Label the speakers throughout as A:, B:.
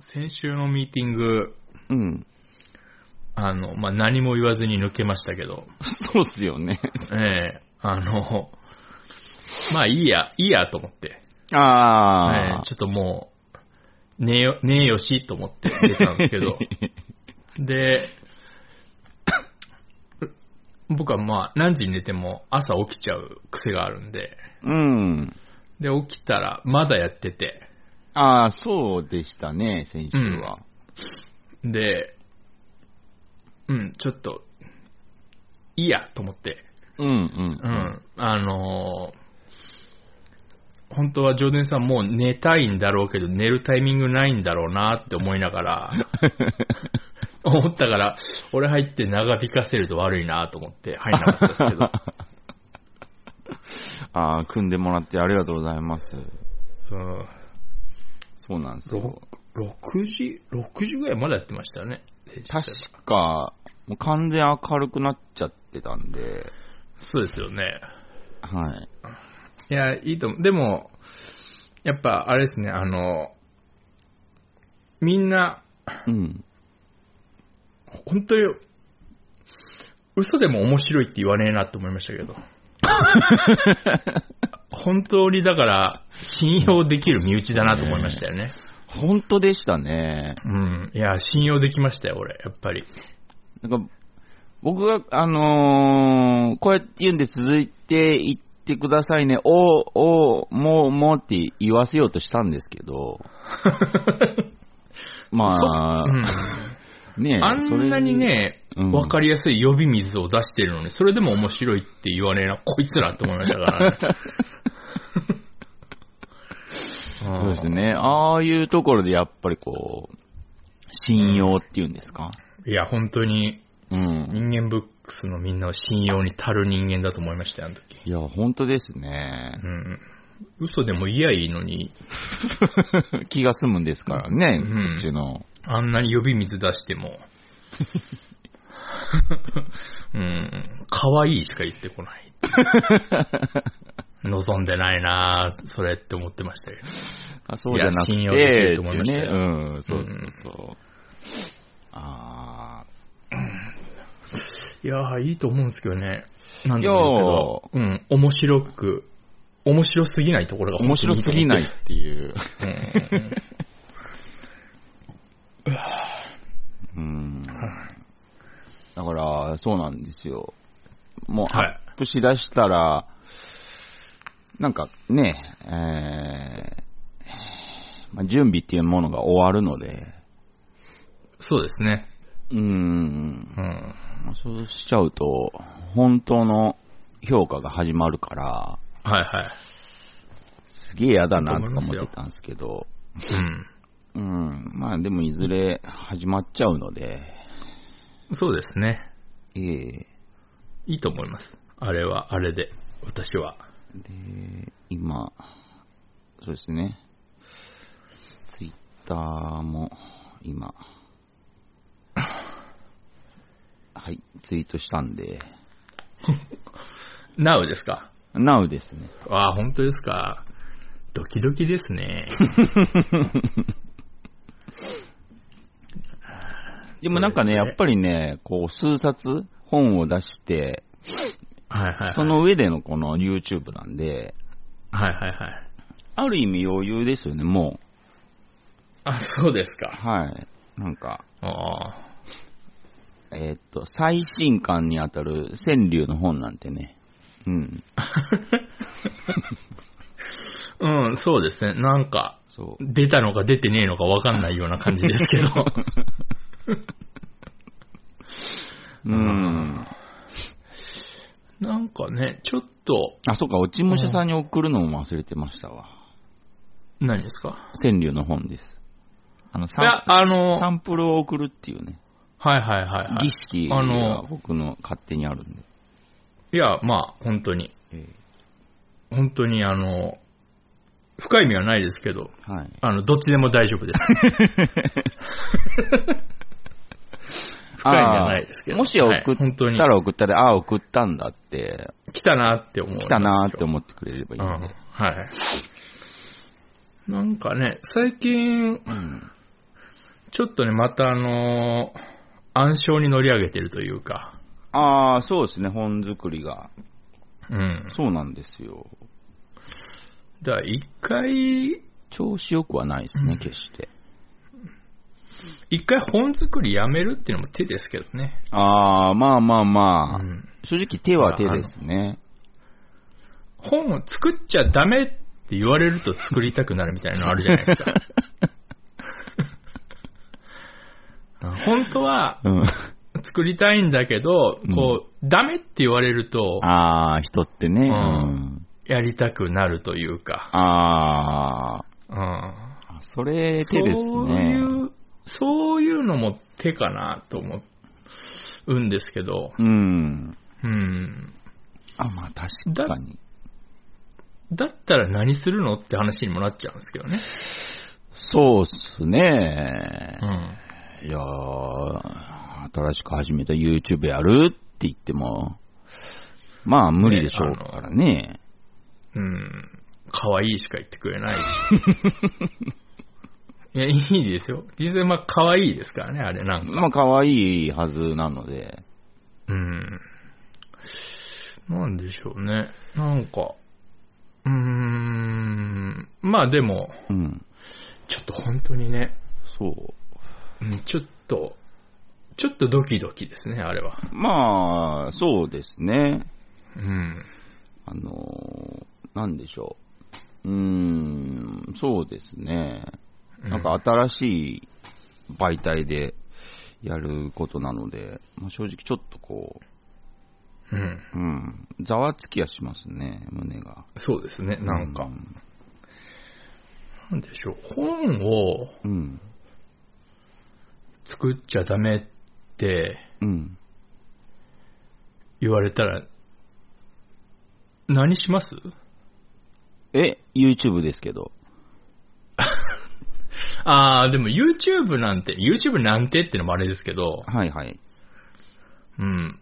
A: 先週のミーティング、
B: うん。
A: あの、まあ、何も言わずに抜けましたけど、
B: そうっすよね。
A: ええあの、まあいいや、いいやと思って、え
B: あ
A: えちょっともう、ねえよ、ねえよしと思って出たんですけ ど、で、僕はまあ何時に寝ても朝起きちゃう癖があるんで、
B: ー。うん。
A: で、起きたらまだやってて、
B: ああ、そうでしたね、先週は。
A: で、うん、ちょっと、いいやと思って、
B: うん、うん、
A: うん、あのー本当はジョーデンさんもう寝たいんだろうけど、寝るタイミングないんだろうなって思いながら、思ったから、俺入って長引かせると悪いなと思って入んなかったですけど、
B: ああ、組んでもらってありがとうございます。
A: うん、
B: そうなんですよ
A: ろ。6時、6時ぐらいまだやってましたよね、選手たち
B: 確か、もう完全明るくなっちゃってたんで、
A: そうですよね。
B: はい。
A: いや、いいと思う。でも、やっぱあれですね、あの、みんな、
B: うん。
A: 本当に、嘘でも面白いって言わねえなって思いましたけ ど。本当にだから、信用できる身内だなと思いましたよね。
B: 本当でしたね。
A: うん。いや、信用できましたよ、俺、やっぱり。
B: なんか、僕が、あのーこうやって言うんで続いていってくださいね、おーおーもう、もうって言わせようとしたんですけ ど、まあ、
A: うん、
B: ねえ
A: あんなに、ね、
B: それうん
A: わかりやすい呼び水を出してるのに、それでも面白いって言わねえな、こいつらって思いましたからね。
B: そうですね、ああいうところでやっぱりこう、信用っていうんですか。
A: うん。いや、本当に、
B: うん。
A: 人間ブックスのみんなを信用に足る人間だと思いましたよ、あの時。
B: いや、本当ですね
A: う。ん。嘘でも言やいいのに、
B: 気が済むんですからね、
A: うん
B: こっちの。
A: あんなに呼び水出しても。 うん。可愛いしか言ってこ ない。望んでないなぁそれって思ってましたけど。
B: あそうじゃなくて、
A: いや信用できると思いましたよ
B: っていうね。うん、そうそうそう。あ
A: いやーいいと思うんですけどね。なん
B: い
A: で
B: や
A: もいいけど。うん。面白く、面白すぎないところが
B: あ、面白すぎない
A: い
B: っていう。
A: と思って。うんうんうん
B: うん。だから、そうなんですよ。もう、
A: は
B: ア
A: い
B: ップしだしたら、なんかね、えーまあ、準備っていうものが終わるので、
A: そうですね。
B: うん、
A: うん。
B: まあそうしちゃうと、本当の評価が始まるから、
A: はいはい。
B: すげえ嫌だなとか思ってたんですけど、
A: うん。
B: うん、まあでもいずれ始まっちゃうので、
A: そうですね。
B: ええ
A: いいと思います。あれは、あれで、私は。
B: で、今、そうですね。ツイッターも、今、はい、ツイートしたんで、
A: なうですか
B: Now ですね。
A: ああ、本当ですか。ドキドキです ね。
B: でもなんかね、
A: そうです
B: や
A: ね
B: っぱりね、こう、数冊本を出して、
A: はいはいはい。
B: そ、の上でのこの YouTube なんで、
A: はいはいはい。
B: ある意味余裕ですよね、も
A: あ、そうです
B: う。
A: か。
B: はい。なんか、
A: ああ。
B: えーっと、最新刊にあたる川柳の本なんてね。うん。
A: うん、そうですね。なんか、
B: そう。
A: 出たのか出てねえのかわかんないような感じですけ ど。
B: うん。
A: なんかね、ちょっと、
B: あ、そうか、落ち武者さんに送るのも忘れてましたわ。
A: 何ですか
B: 川柳の本です。あの、
A: いや
B: サ、
A: あ
B: ン
A: の、
B: サ
A: はい
B: ンプルを送るっていうね、
A: はいはいはい。
B: 儀式
A: あ
B: が
A: の
B: 僕の勝手にあるんで。
A: いや、まあ、本当に、
B: え
A: 本当にあの、深い意味はないですけど、
B: えはい。
A: あの、どっちでも大丈夫 です。深い意味はないですけど。
B: あーもし送
A: はい本当
B: っ
A: に
B: たら送ったで、ああ、送ったんだって、
A: 来たなって思う。
B: 来たなーって
A: う。
B: 思ってくれればいい
A: うん。
B: んで。
A: はい。なんかね、最近、
B: うん。
A: ちょっとね、またあのー暗礁に乗り上げてるというか、
B: ああ、そうですね、本作りが。
A: うん。
B: そうなんですよ。
A: だから一回、
B: 調子よくはないですね、
A: うん
B: 決して。
A: 一回本作りやめるっていうのも手ですけどね。
B: ああ、まあまあまあ、
A: うん
B: 正直手は手ですね。
A: 本を作っちゃダメって言われると作りたくなるみたいなのあるじゃないです か。本当は
B: うん。
A: 作りたいんだけど、こう、ダメって言われると、
B: ああ、人ってね。
A: うん
B: うん。
A: やりたくなるというか、
B: あ
A: うん。
B: あ、それ手ですね。
A: そういう、そういうのも手かなと思うんですけど、
B: うん。
A: うん。
B: あ、まあ確かに。
A: だったら何するのって話にもなっちゃうんですけどね。
B: そうっすね
A: う。ん。
B: いやー新しく始めた YouTube やるって言っても、まあ無理でしょうからね。
A: うん。可愛いしか言ってくれないし。 いや、いいですよ。実際、まあ、可愛いですからね、あれ、なんか。
B: まあ可愛いはずなので。
A: うん。なんでしょうね。なんか、うーん。まあ、でも、
B: うん。
A: ちょっと本当にね、
B: そう。
A: うん、ちょっと、ちょっとドキドキですね、あれは。
B: まあ、そうですね。
A: うん。
B: あのーなんでしょう。うーん、そうですね。なんか新しい媒体でやることなので、まあ、正直ちょっとこ
A: うん。
B: う、うん、ざわつきはしますね、胸が。
A: そうですね、なん
B: う
A: か。
B: ん。
A: なんでしょう。本を
B: うん。
A: 作っちゃダメって
B: うん
A: 言われたら、何します
B: え、YouTube ですけど。
A: ああ、でも YouTube なんて、YouTube なんてってのもあれですけど、
B: はいはい。
A: うん。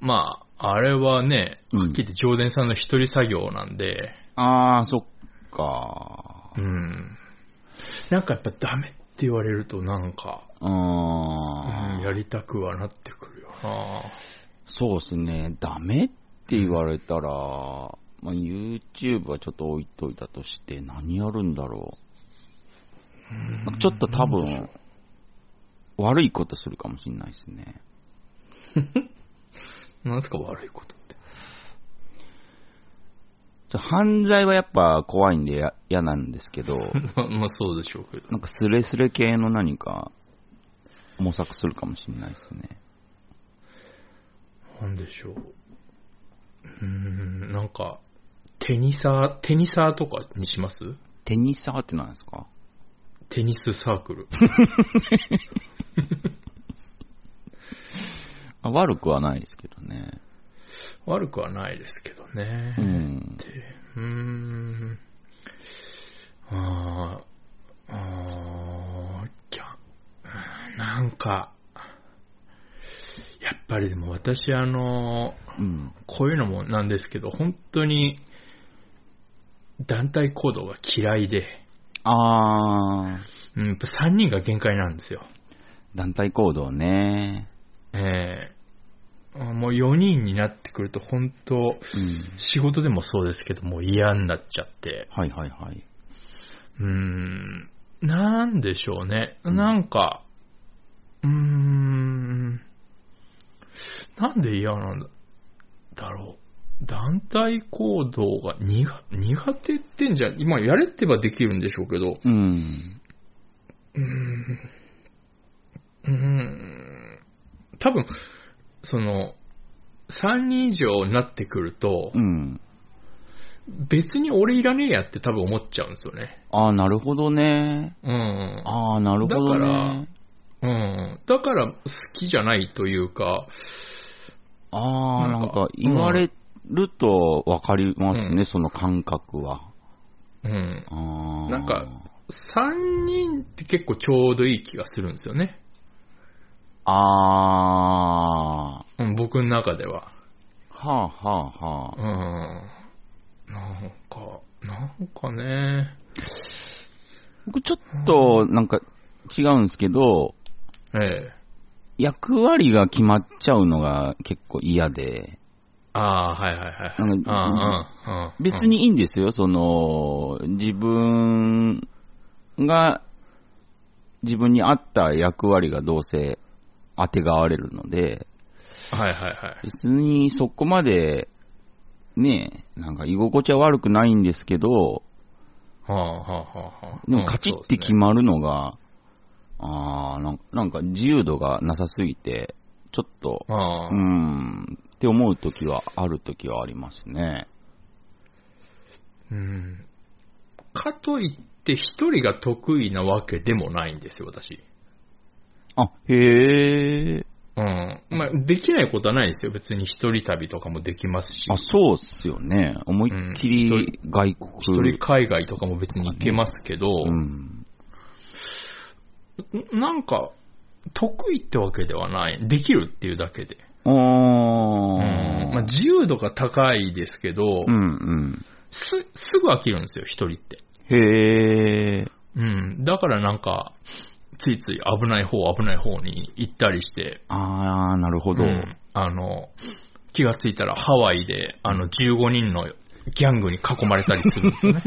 A: まあ、あれはね、
B: うん
A: はっきり言って上田さんの一人作業なんで、
B: あー、そっか。
A: うん。なんかやっぱダメって言われるとなんか、
B: うーん。
A: うんやりたくはなってくるよな。
B: そうですね、ダメって言われたら、まあ、YouTube はちょっと置いといたとして、何やるんだろう。なんかちょっと多分、悪いことするかもしれないですね。
A: なんすか悪いことって。
B: ちょ犯罪はやっぱ怖いんでや嫌なんですけ ど、
A: ま まあそうでしょうけど。
B: なんかスレスレ系の何か模索するかもしれないですね。
A: なんでしょう。うーん、なんか、テニサー、テニサーとかにします
B: テニサーって何ですか
A: テニスサーク ル。
B: あ悪くはないですけどね。
A: 悪くはないですけどね。
B: うん。
A: うーん。あーあー、キャン、なんか、やっぱりでも私あの、
B: うん。
A: こういうのもなんですけど、本当に団体行動が嫌いで、
B: あー、
A: うん、やっぱ3人が限界なんですよ。
B: 団体行動ね。
A: ええもう4人になってくると本当、
B: うん。
A: 仕事でもそうですけど、もう嫌になっちゃって、
B: はいはいはい。
A: うーん、なんでしょうね。なんか、うーん、なんで嫌なんだだろう。団体行動が苦苦手ってんじゃ、今やれってばできるんでしょうけど、
B: うん。
A: うーんうーん多分、その、3人以上になってくると
B: う、ん。
A: 別に俺いらねえやって多分思っちゃうんですよね。
B: ああ、なるほどね。
A: うん。
B: ああ、なるほど
A: だから
B: ね。
A: うん。だから好きじゃないというか、
B: ああ、
A: な
B: なんん
A: か
B: か言われるとわかりますね、
A: う
B: その感覚は。
A: うん。
B: ああ。
A: なんか、3人って結構ちょうどいい気がするんですよね。
B: ああ。
A: うん、僕の中では。
B: はあはあは
A: うん。
B: あ。
A: なんか、なんかね。
B: 僕ちょっと、なんか、違うんですけど、
A: ええ。
B: 役割が決まっちゃうのが結構嫌で、
A: ああ、はいはいはいはい。
B: なんか
A: うんうんうん
B: 別。にいいんですよ、その、自分が、自分に合った役割がどうせ当てがわれるので、
A: はいはいはい。
B: 別にそこまで、ねえ、なんか居心地は悪くないんですけど、
A: はあはあはあはあ。
B: でもカチって決
A: ま
B: まるのが、ああなんなんか自由度がなさすぎて、ちょっと、
A: ああ
B: う。ん、って思うときは、あるときはありますね。
A: うん。かといって、一人が得意なわけでもないんですよ、私。
B: あ、へえ。
A: うん。まあ、できないことはないですよ。別に一人旅とかもできますし。
B: あ、そうっすよね。思いっき
A: うん
B: り外国。
A: 一人海外とかも別に行けますけど、
B: うん。
A: んなんか、得意ってわけではない。できるっていうだけで。
B: あ
A: うん。
B: ー。
A: まあ、自由度が高いですけど、
B: うんうん。
A: す、すぐ飽きるんですよ、一人って。
B: へえ。
A: うん。だからなんか、ついつい危ない方、危ない方に行ったりして、
B: あー、なるほど。
A: うんあの、気がついたらハワイで、あの、15人のギャングに囲まれたりするん ですよね。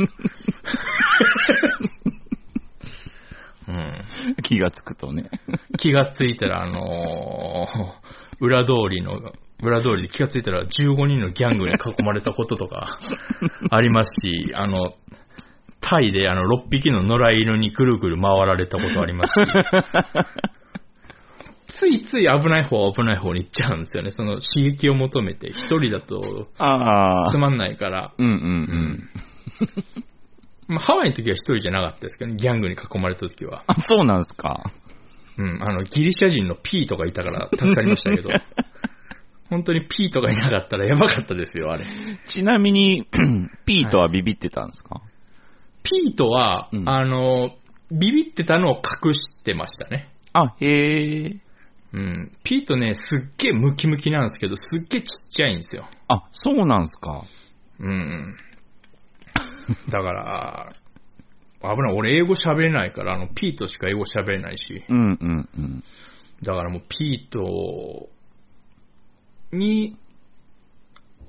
A: うん、
B: 気がつくとね。
A: 気がついたら、あのー 裏通りの、裏通りで気がついたら15人のギャングに囲まれたこととか ありますし、あの、タイであの6匹の野良犬にぐるぐる回られたことあり ますし、ついつい危ない方危ない方に行っちゃうんですよね。その刺激を求めて、一人だと
B: あ
A: つ。まんないから、
B: うんうんうん。
A: まあ、ハワイの時は一人じゃなかったですけど、ね、ギャングに囲まれた時は。
B: あ、そうなんすか。
A: うん、あの、ギリシャ人の P とかいたから助かりました けど、本当に P とかいなかったらやばかったですよ、あれ。
B: ちなみに、 ピートはビビってたんですか、
A: P とは、
B: うん
A: あの、ビビってたのを隠してましたね。
B: あ、へえ。
A: うん。P とね、すっげえムキムキなんですけど、すっげえちっちゃいんですよ。
B: あ、そうなんすか。
A: うん。だから、危ない。俺英語喋れないから、あの、P としか英語喋れないし。
B: うんうんうん。
A: だからもうピートに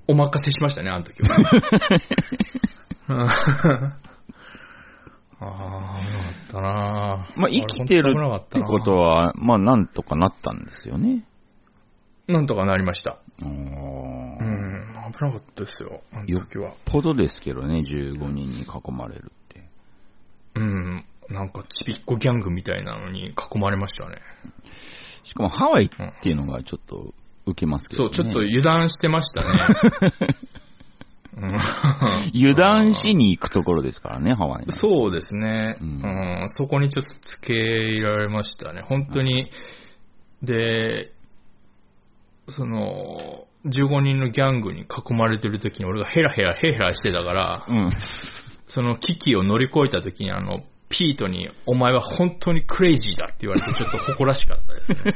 A: お任せしましたね、あの 時は。ああ、危なかったな
B: まあ、生きてる
A: あれ本
B: っ
A: 当
B: て
A: に危なか
B: こ
A: った
B: と
A: な
B: は、まあ、なんとかなったんですよね。
A: なんとかなりました。
B: うー。
A: うんん、危なかったですよ、あの時は。
B: ほどですけどね、15人に囲まれるって。
A: うん、なんかちびっこギャングみたいなのに囲まれましたね。
B: しかもハワイっていうのがちょっと受けますけど、
A: そ
B: ね。
A: う、ちょっと油断してましたね。 うん
B: 油断しに行くところですからね、ハワイね
A: そうですね、
B: う
A: うんんそこにちょっとつけられましたね、本当に、で、その、15人のギャングに囲まれてる時に俺がヘラヘラヘラヘラしてたから、
B: うん。
A: その危機を乗り越えた時にあの、ピートに、お前は本当にクレイジーだって言われてちょっと誇らしかったですね。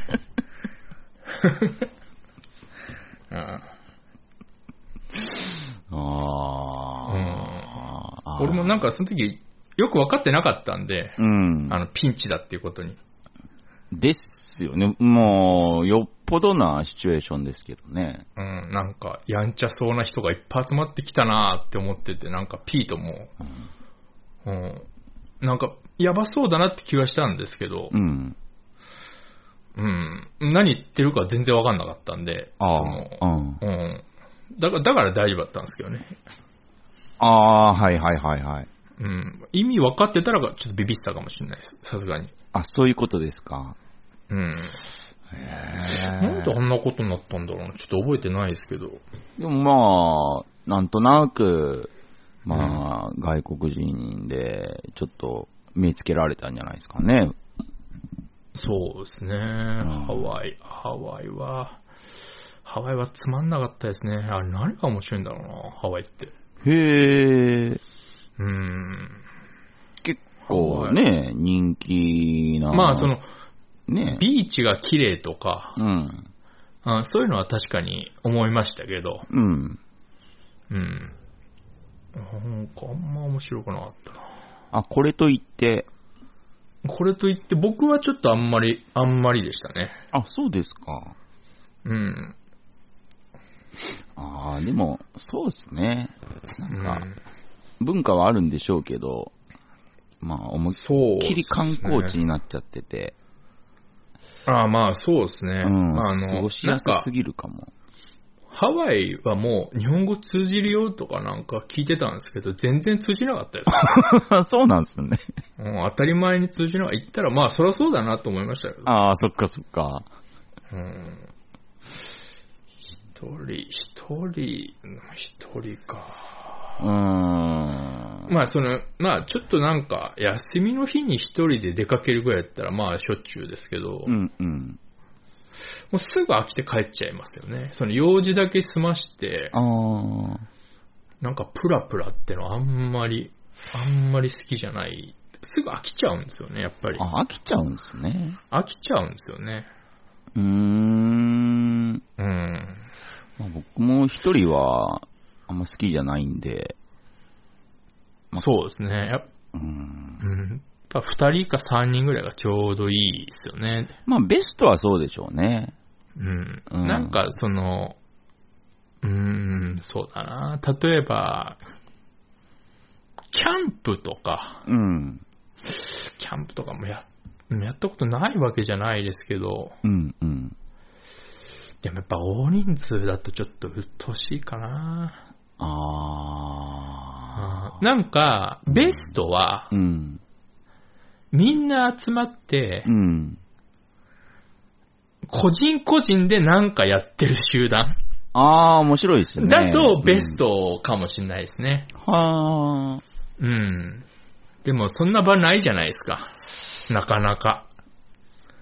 A: うん
B: ああ。
A: 俺もなん
B: か、
A: かその時よく分かってなかったんで、
B: うん。
A: あの、ピンチだっていうことに。
B: ですよね。もう、よっぽどなシチュエーションですけどね。
A: うん、なんか、やんちゃそうな人がいっぱい集まってきたなーって思ってて、なんか、ピートも、うん、なんか、やばそうだなって気はしたんですけど
B: う、ん。
A: うん、何言ってるか全然わかんなかったんで、
B: あ
A: そ
B: あ
A: の、
B: うん。
A: うん。だから、だから大丈夫だったんですけどね。
B: ああー、はいはいはいはい。
A: うん。意味分かってたら、ちょっとビビってたかもしれないです。さすがに。
B: あ、そういうことですか。
A: うん。な
B: へ
A: んであ
B: え。
A: んなことになったんだろうな。ちょっと覚えてないですけど。
B: でもまあ、なんとなく、まあ、外国人で、ちょっと、見つけられたんじゃないですかね。
A: そうですね、ハワイ、ハワイは、ハワイはつまんなかったですね。あれ、何が面白いんだろうな、ハワイって。
B: へえ。
A: うーん。
B: 結構ね、人気な。
A: まあ、そ、の、
B: ね。
A: ビーチが綺麗とか、
B: うん。
A: あそういうのは確かに思いましたけど、
B: うん。
A: うん。なんか、あんま面白くなかったな。
B: あ、これといって、
A: これといって、僕はちょっとあんまり、あんまりでしたね。
B: あ、そうですか。
A: うん。
B: ああ、でも、そうですね。なんか、
A: うん
B: 文化はあるんでしょうけど、まあ、思いっ
A: そう。
B: きり観光地になっちゃってて、
A: ああ、まあ、そうですね。
B: うん、
A: まあ、あ
B: 過ごしやす
A: なんか
B: すぎるかも。
A: ハワイはもう日本語通じるよとかなんか聞いてたんですけど、全然通じなかったです。
B: そうなんですよね。
A: うん、当たり前に通じなかった。行ったら、まあ、そりゃそうだなと思いましたけど。
B: ああ、そっかそっか。
A: うん。一人、一人、一人か。
B: うーん。
A: まあ、その、まあ、ちょっとなんか、休みの日に一人で出かけるぐらいだったら、まあ、しょっちゅうですけど、
B: う
A: も
B: んうん。
A: うすぐ飽きて帰っちゃいますよね。その用事だけ済まして、
B: ああ。
A: なんかプラプラってのあんまり、あんまり好きじゃない。すぐ飽きちゃうんですよね、やっぱり。
B: あ、飽きちゃうんですね。
A: 飽きちゃうんですよね。
B: うーん。
A: うん。
B: まあ、僕も一人は、あんま好きじゃないんで、まあ
A: そうですね。やっ
B: うん。
A: うん、やっぱ二人か三人ぐらいがちょうどいいですよね。
B: まあ、ベストはそうでしょうね。
A: うん。
B: うん
A: なんか、その、うん、そうだな。例えば、キャンプとか、
B: うん。
A: キャンプとかもや、やったことないわけじゃないですけど、
B: うん、うん。
A: でもやっぱ大人数だとちょっと鬱陶しいかな。
B: あー。
A: なんか、ベストは、
B: うん。
A: みんな集まって
B: う、ん。
A: 個人個人でなんかやってる集団
B: あー、面白いですね。
A: だとベストかもしれないですね。
B: うん。はー。
A: うん。でもそんな場ないじゃないですか。なかなか。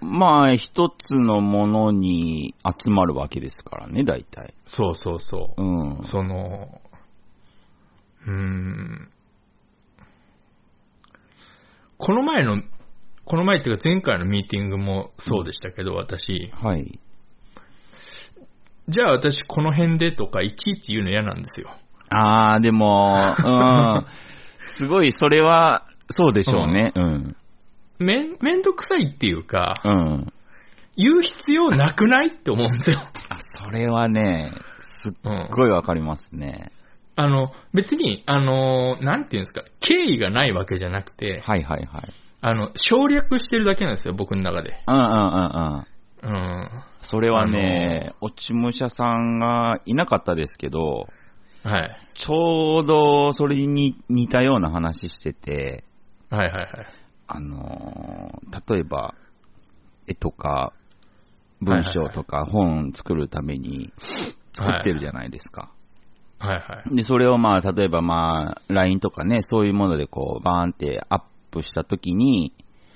B: まあ、一つのものに集まるわけですからね、大体。
A: そうそうそうう。
B: ん。
A: その、うん。この前の、この前っていうか前回のミーティングもそうでしたけど、私。
B: はい。
A: じゃあ私この辺でとかいちいち言うの嫌なんですよ。
B: あー、でも、うん。すごい、それは、そうでしょうね。うん。
A: めん、めんどくさいっていうか、
B: うん。
A: 言う必要なくないって思うんですよ。
B: あ、それはね、すっ
A: うん。
B: ごいわかりますね。
A: あの、別に、あの、なんていうんですか、敬意がないわけじゃなくて、
B: はいはいはい。
A: あの、省略してるだけなんですよ、僕の中で。
B: うんうんうんうん。
A: うん。
B: それはね、落ち武者さんがいなかったですけど、
A: はい。
B: ちょうどそれに似たような話してて、
A: はいはいはい。
B: あのー例えば、絵とか、文章とか本作るために作ってるじゃないですか。
A: はいはい。
B: で、それをまあ、例えばまあ、LINE とかね、そういうものでこう、バーンってアップしたときに、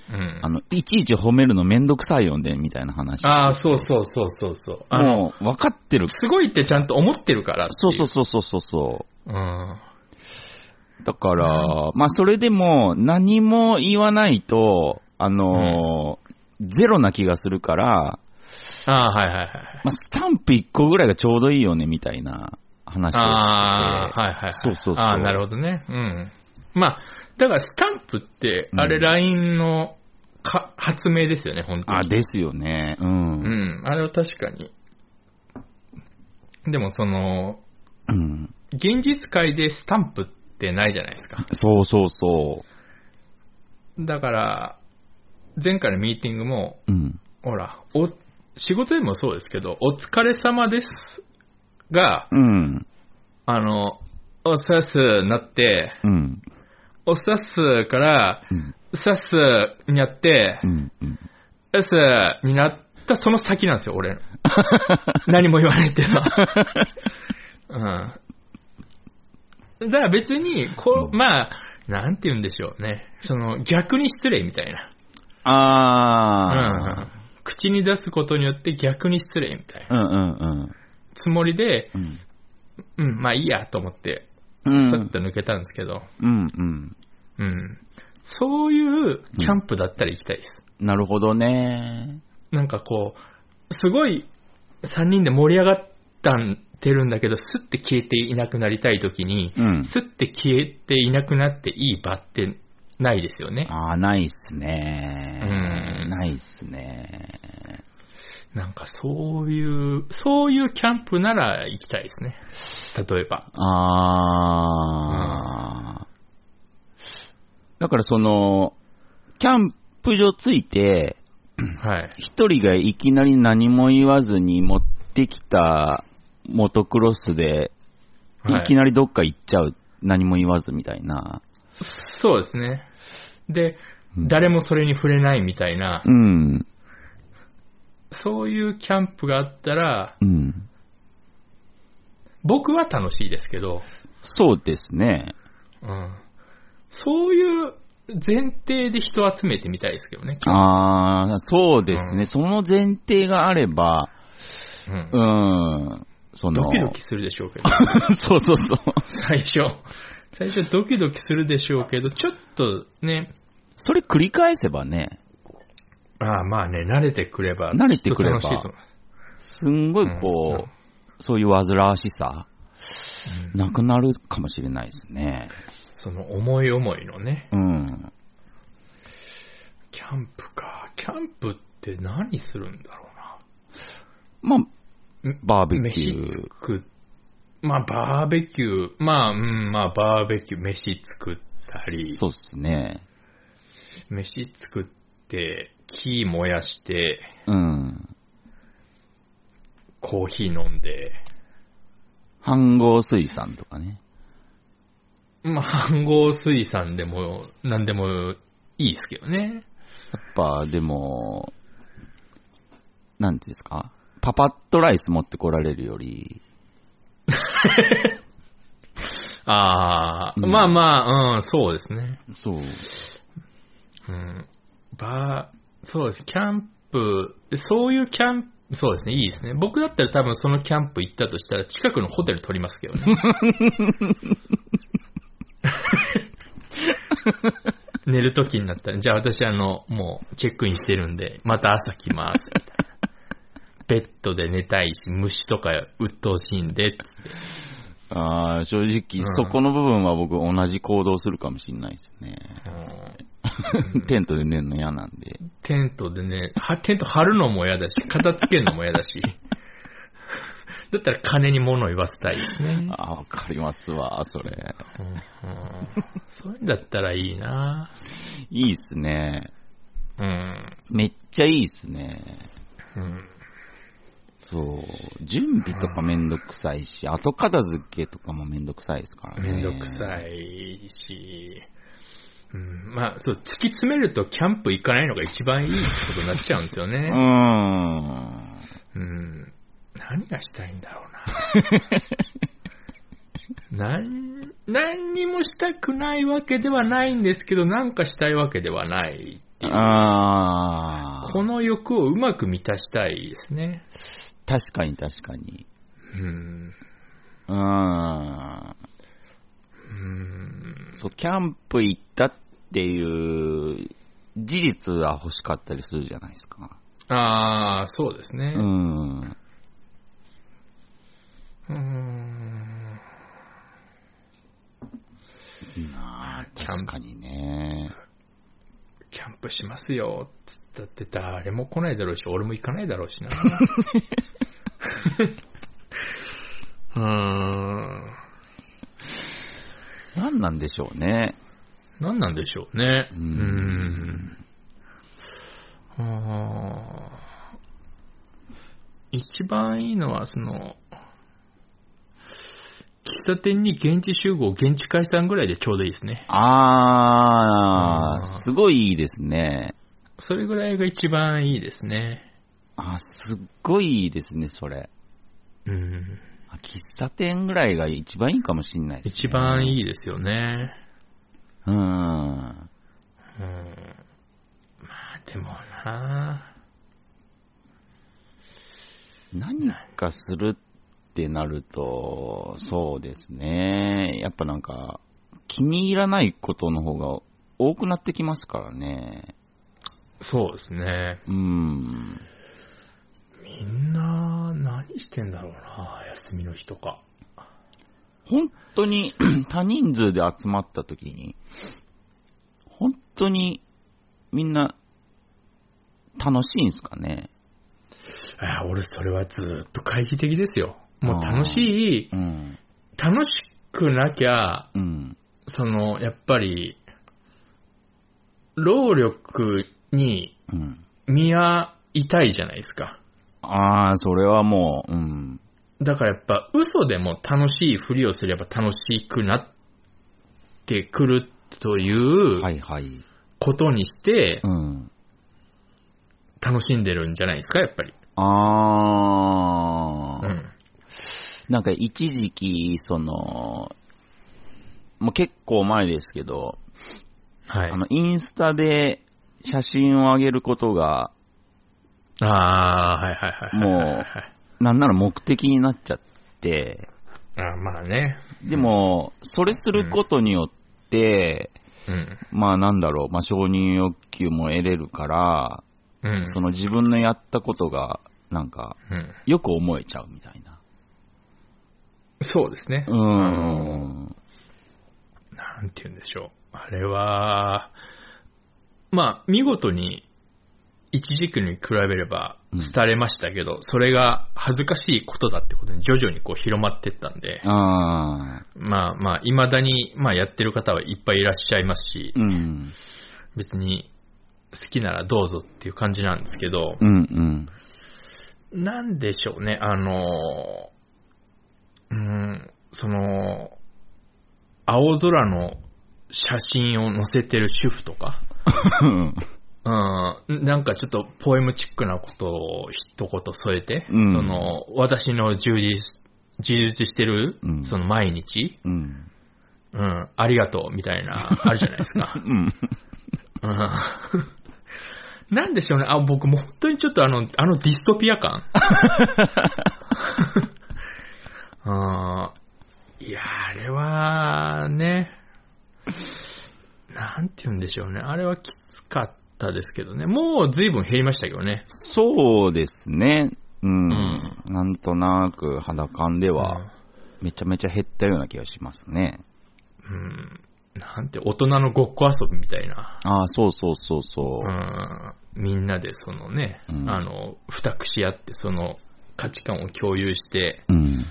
A: うん。
B: あの、いちいち褒めるのめんどくさいよね、みたいな話。
A: ああ、そうそうそうそうそう。あの、
B: もう、分かってる。
A: すごいってちゃんと思ってるからってい
B: そうそうそうそうそうそ
A: うん。は
B: う。だから、まあ、それでも、何も言わないと、あのーゼロな気がするから、
A: いはいはいはい。
B: まあ、スタンプ1個ぐらいがちょうどいいよね、みたいな話を
A: ああ、
B: して
A: はいはいはい。
B: そうそうそう
A: ああ、なるほどね。うん。まあ、だからスタンプって、あ
B: う
A: れ
B: ん
A: LINE のか発明ですよね、本当に。
B: あ、ですよね。う。
A: うんん、あれは確かに。でもその、
B: うん。
A: 現実界でスタンプってないじゃないですか。
B: そうそうそ
A: だから、前回のミーティングも、
B: う。うん。
A: ほら、お、仕事でもそうですけど、お疲れ様ですが、
B: うん。
A: あの、おっさっすになって、
B: うん。
A: おっさっすから、
B: うん。
A: さっすになって
B: う、ん。うん
A: うっすになったその先なんですよ、 俺。何も言わないっていうのは。うん。だから別に、こう、まあ、なんて言うんでしょうね。その、逆に失礼みたいな。う
B: あ
A: ん。口に出すことによって逆に失礼みたい
B: あ。う
A: なん
B: うん
A: つもりで、
B: うん。
A: うん、まあいいやと思って、
B: うん。
A: さっと抜けたんですけど、
B: うんうん。
A: うん。そういうキャンプだったら行きたいです。
B: なるほどね。
A: なんかこう、すごい3人で盛り上がったんてるんだけど、スッて消えていなくなりたいときに、
B: うん。
A: スッて消えていなくなっていい場ってないですよね。
B: ああ、ないっすね。
A: うん
B: ないっすね。
A: なんかそういう、そういうキャンプなら行きたいですね。例えば。
B: ああ、だからその、キャンプ場ついて、
A: はい。
B: 一人がいきなり何も言わずに持ってきたモトクロスで、
A: はい
B: いきなりどっか行っちゃう。何も言わずみたいな。
A: そうですね。で、
B: うん
A: 誰もそれに触れないみたいな
B: う、ん。
A: そういうキャンプがあったら、
B: うん。
A: 僕は楽しいですけど、
B: そうですね。
A: うん、そういう前提で人を集めてみたいですけどね。
B: ああ、そうですね、
A: うん
B: その前提があれば、
A: うん
B: うん。その
A: ドキドキするでしょうけど、
B: そうそうそう。
A: 最初。最初ドキドキするでしょうけど、ちょっとね、
B: それ繰り返せばね、
A: ああまあね、慣れてくれば、
B: 慣れてくれば
A: きっと楽しいと思います。
B: すんごいこう、そういう煩わしさ、
A: うんうん
B: なくなるかもしれないですね。
A: その思い思いのね、
B: うん。
A: キャンプか。キャンプって何するんだろうな。
B: まあ
A: ん、
B: バーベキ
A: 飯
B: ュー。
A: 作っまあ、バーベキュー、まあ、うん、まあ、バーベキュー、飯作ったり、
B: そうですね。
A: 飯作って、木燃やして、
B: うん。
A: コーヒー飲んで、
B: 飯合水産とかね。
A: まあ、半合水産でも、なんでもいいですけどね。
B: やっぱ、でも、なんていうんですかパパッとライス持ってこられるより、
A: ああ、
B: うん
A: まあまあ、うん、そうですね。
B: そう。
A: うん。ば、そうです。キャンプ、そういうキャンプ、そうですね、いいですね。僕だったら多分そのキャンプ行ったとしたら近くのホテル取りますけどね。寝る時になったら、じゃあ私あの、もうチェックインしてるんで、また朝来ます、みたいな。ベッドで寝たいし、虫とか鬱陶しいんで、つって
B: ああ、正直、
A: うん
B: そこの部分は僕同じ行動するかもしれないですね。
A: うん
B: テントで寝るの嫌なんで。
A: テントでね、はテント張るのも嫌だし、片付けるのも嫌 だし。だったら金に物を言わせたいですね。
B: ああ、わかりますわ、それ。
A: うんうんそういうんだったらいいない
B: いっすね。
A: うん。
B: めっちゃいいっすね。
A: うん。
B: そう。準備とかめんどくさいし、後片付けとかもめんどくさいですからね。
A: めんどくさいし、うん、まあ、そう、突き詰めるとキャンプ行かないのが一番いいことになっちゃうんですよ
B: うー
A: ね。
B: ん。
A: うん。何がしたいんだろうな。何、何にもしたくないわけではないんですけど、なんかしたいわけではないっていう。
B: ああ。
A: この欲をうまく満たしたいですね。
B: 確かに確かに。
A: うん。
B: うーん。
A: うん。
B: そう、キャンプ行ったっていう事実は欲しかったりするじゃないですか。
A: ああ、そうです
B: う
A: ね。
B: ん。
A: うーん。
B: なあ
A: キャン
B: 確かにね。
A: キャンプしますよ。つったって誰も来ないだろうし、俺も行かないだろうしな。うーん。
B: 何なんでしょうね。
A: 何なんでしょうね。
B: う
A: う
B: ー
A: ー
B: ん
A: ん。あー一番いいのは、その、喫茶店に現地集合、現地解散ぐらいでちょうどいいですね。
B: あ
A: う
B: ー、
A: ん
B: すごいいいですね。
A: それぐらいが一番いいですね。
B: あー、すっごいいいですね、それ。
A: うん。
B: あ喫茶店ぐらいが一番いいかもしんないです、ね。
A: 一番
B: い。
A: いいですよね。
B: うん。ま
A: うん。まあ、でもな
B: 何かするってなると、そうですね。やっぱなんか、気に入らないことの方が多くなってきますからね。
A: そうですね。
B: うん。
A: みんな、何してんだろうな休みの日とか。
B: 本当に多人数で集まった時に、本当にみんな楽しいんすかね。
A: あー俺、それはずーっと懐疑的ですよ。もう楽しい、
B: うん。
A: 楽しくなきゃ、
B: うん。
A: その、やっぱり、労力に
B: うん。
A: 見合いたいじゃないですか。
B: ああ、それはもう、うん。
A: だからやっぱ嘘でも楽しいふりをすれば楽しくなってくるという
B: はいはい。
A: ことにして
B: うん。
A: 楽しんでるんじゃないですか、やっぱり。
B: ああ、
A: うん。
B: なんか一時期、その、もう結構前ですけど、
A: はい
B: あ。の、インスタで写真を上げることが、
A: ああー、はいはいはいはいはいはい。
B: なんなら目的になっちゃって、
A: あーまあね。
B: でも、それすることによって、
A: うん。
B: まあなんだろう、まあ承認欲求も得れるから、
A: うん。
B: その自分のやったことが、なんか、
A: うん、
B: よく思えちゃうみたいな。
A: そうですね。
B: う
A: あの
B: ん。
A: なんて言うんでしょう。あれは、まあ、見事に、一時期に比べれば
B: うん、
A: 廃れましたけど、それが恥ずかしいことだってことに徐々にこう広まってったんで、
B: ああ。
A: まあまあ、未だに、まあやってる方はいっぱいいらっしゃいますし
B: う、ん。
A: 別に好きならどうぞっていう感じなんですけど
B: う、んうん。
A: なんでしょうね、あの、うん、その、青空の写真を載せてる主婦とか、うん、なんかちょっとポエムチックなことを一言添えて、
B: うん
A: その、私の充実、充実してる、
B: うん
A: その毎日、
B: うん。
A: うん、ありがとうみたいな、あるじゃないです か。
B: うん。
A: うん、なんでしょうね、あ、僕もう本当にちょっとあの、あのディストピア 感。あーいや、あれはね、なんて言うんでしょうね、あれはきつかったですけどね、もう随分減りましたけどね。
B: そうですね。うん。
A: うん
B: なんとなく肌感では、めちゃめちゃ減ったような気がしますね。
A: うん、なんて、大人のごっこ遊びみたいな。
B: ああ、そうそうそうそうう。
A: ん、みんなでそのね、
B: うん
A: あの、付託し合って、その価値観を共有して、
B: うん。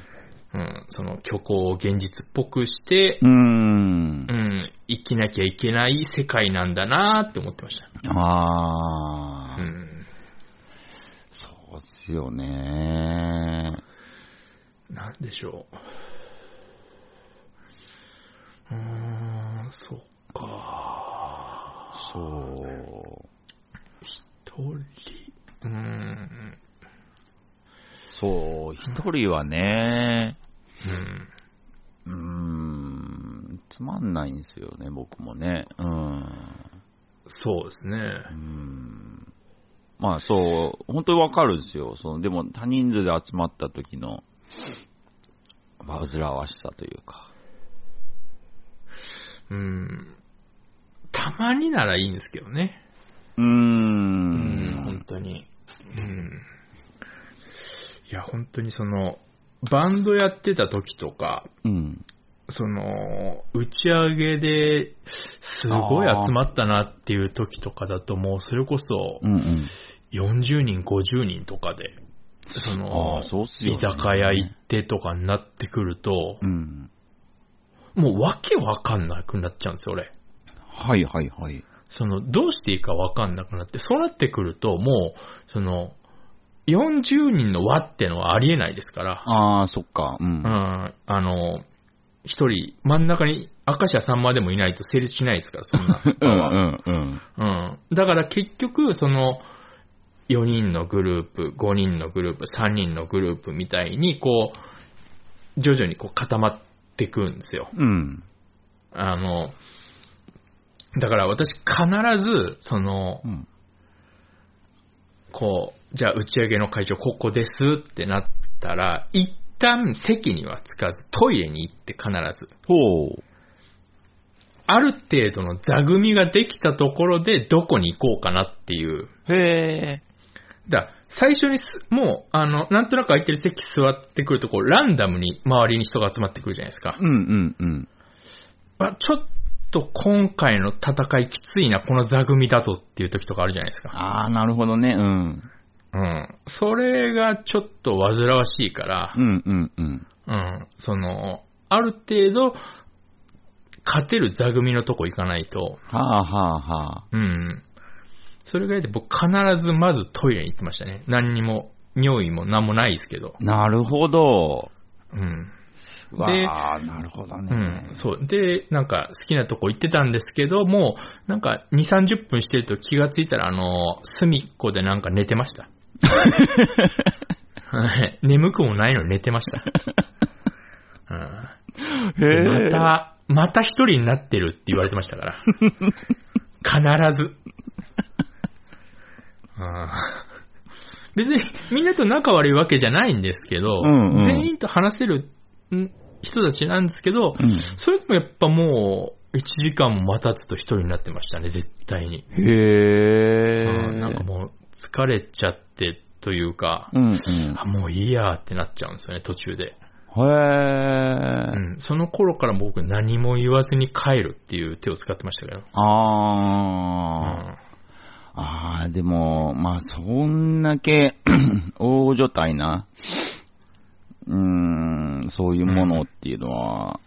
A: うん、その虚構を現実っぽくして
B: う、ん
A: う。ん、生きなきゃいけない世界なんだなーって思ってました。
B: ああ、
A: うん、
B: そうっすよね。
A: なんでしょう。うーん、そうか。
B: そう。
A: 一人、うーん、
B: そう、一人はね、
A: うん、
B: うーん、つまんないんですよね、僕もね。うん。
A: そうですね。
B: うんまあそう、本当にわかるんですよ。そのでも、他人数で集まった時の、煩わしさというか。
A: うん、たまにならいいんですけどね。
B: うー。
A: うん本当に。うん。いや、本当にその、バンドやってた時とか、
B: うん。
A: その、打ち上げで、すごい集まったなっていう時とかだと、もうそれこそ
B: う、んうん。
A: 40人、50人とかで、そ
B: あ
A: の
B: あ、、そうっすよ、
A: 居
B: ね。
A: 酒屋行ってとかになってくると
B: う、ん。
A: もうわけわかんなくなっちゃうんですよ、俺。
B: はいはいはい。
A: その、どうしていいかわかんなくなって、そうなってくると、もう、その、40人の輪ってのはありえないですから、
B: ああ、そっか。う
A: う
B: ん。
A: ん、あの、一人、真ん中に、明石家さんまでもいないと成立しないですから、そんな。
B: うんうんうん。
A: うん。だから結局、その、4人のグループ、5人のグループ、3人のグループみたいに、こう、徐々にこう固まっていくんですよ。
B: うん。
A: あの、だから私必ず、その
B: う、ん。
A: こう、じゃあ打ち上げの会場ここですってなったら、一旦席には着かず、トイレに行って必ず。
B: ほう。
A: ある程度の座組ができたところで、どこに行こうかなっていう。
B: へえ。
A: だから最初にす、もう、あの、なんとなく空いてる席座ってくると、こう、ランダムに周りに人が集まってくるじゃないですか。
B: うんうんうん。
A: まあ、ちょっと今回の戦いきついな、この座組だぞっていう時とかあるじゃないですか。
B: ああ、なるほどね。うん。
A: うん。それがちょっと煩わしいから
B: う、んうんうん。
A: うん。その、ある程度、勝てる座組のとこ行かないと、
B: はあはあはあ。
A: うん。それぐらいで僕必ずまずトイレに行ってましたね。何にも、尿意も何もないですけど。
B: なるほど。
A: うん。で
B: わあ、なるほど
A: う
B: ね
A: ん。。そう。で、なんか好きなとこ行ってたんですけど、もう、なんか2、30分してると気がついたら、あの、隅っこでなんか寝てま した。はい眠くもないのに寝てました。うんでま
B: へえ。
A: た、また一人になってるって言われてました から。必ず。うん別にみんなと仲悪いわけじゃないんですけど、
B: うんうん
A: 全員と話せるん人たちなんですけど、
B: うん
A: それでもやっぱもう1時間も待たずと一人になってましたね、絶対に。
B: へえ。
A: うんなんかもう疲れちゃってというか、
B: うんうん。へ
A: あもういいやってなっちゃうんですよね、途中で。
B: え。
A: うん、その頃から僕何も言わずに帰るっていう手を使ってましたけど。
B: ああ、ああ、でも、まあ、そんだけ 大所帯な、うーん、そういうものっていうのは、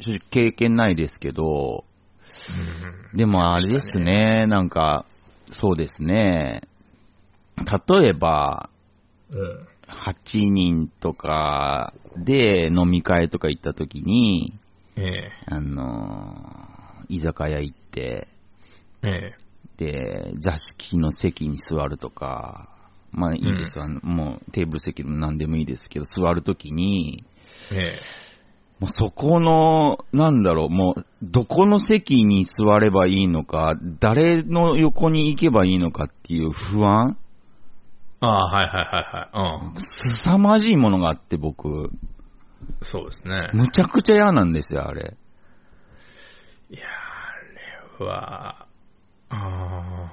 B: 正直経験ないですけど、でもあれですね、なんか、そうですね、例えば、
A: うん。うん。
B: 8人とかで飲み会とか行った時に、
A: ええ。
B: あのー居酒屋行って、
A: ええ。
B: で、座敷の席に座るとか、まあいいですわ、もうテーブル席でも何でもいいですけど、座るときに、
A: ええ。
B: もうそこの、なんだろう、もう、どこの席に座ればいいのか、誰の横に行けばいいのかっていう不安、
A: ああ、はいはいはいはい。うん。
B: 凄まじいものがあって僕、
A: そうですね。
B: むちゃくちゃ嫌なんですよ、あれ。
A: いやー、あれは、あ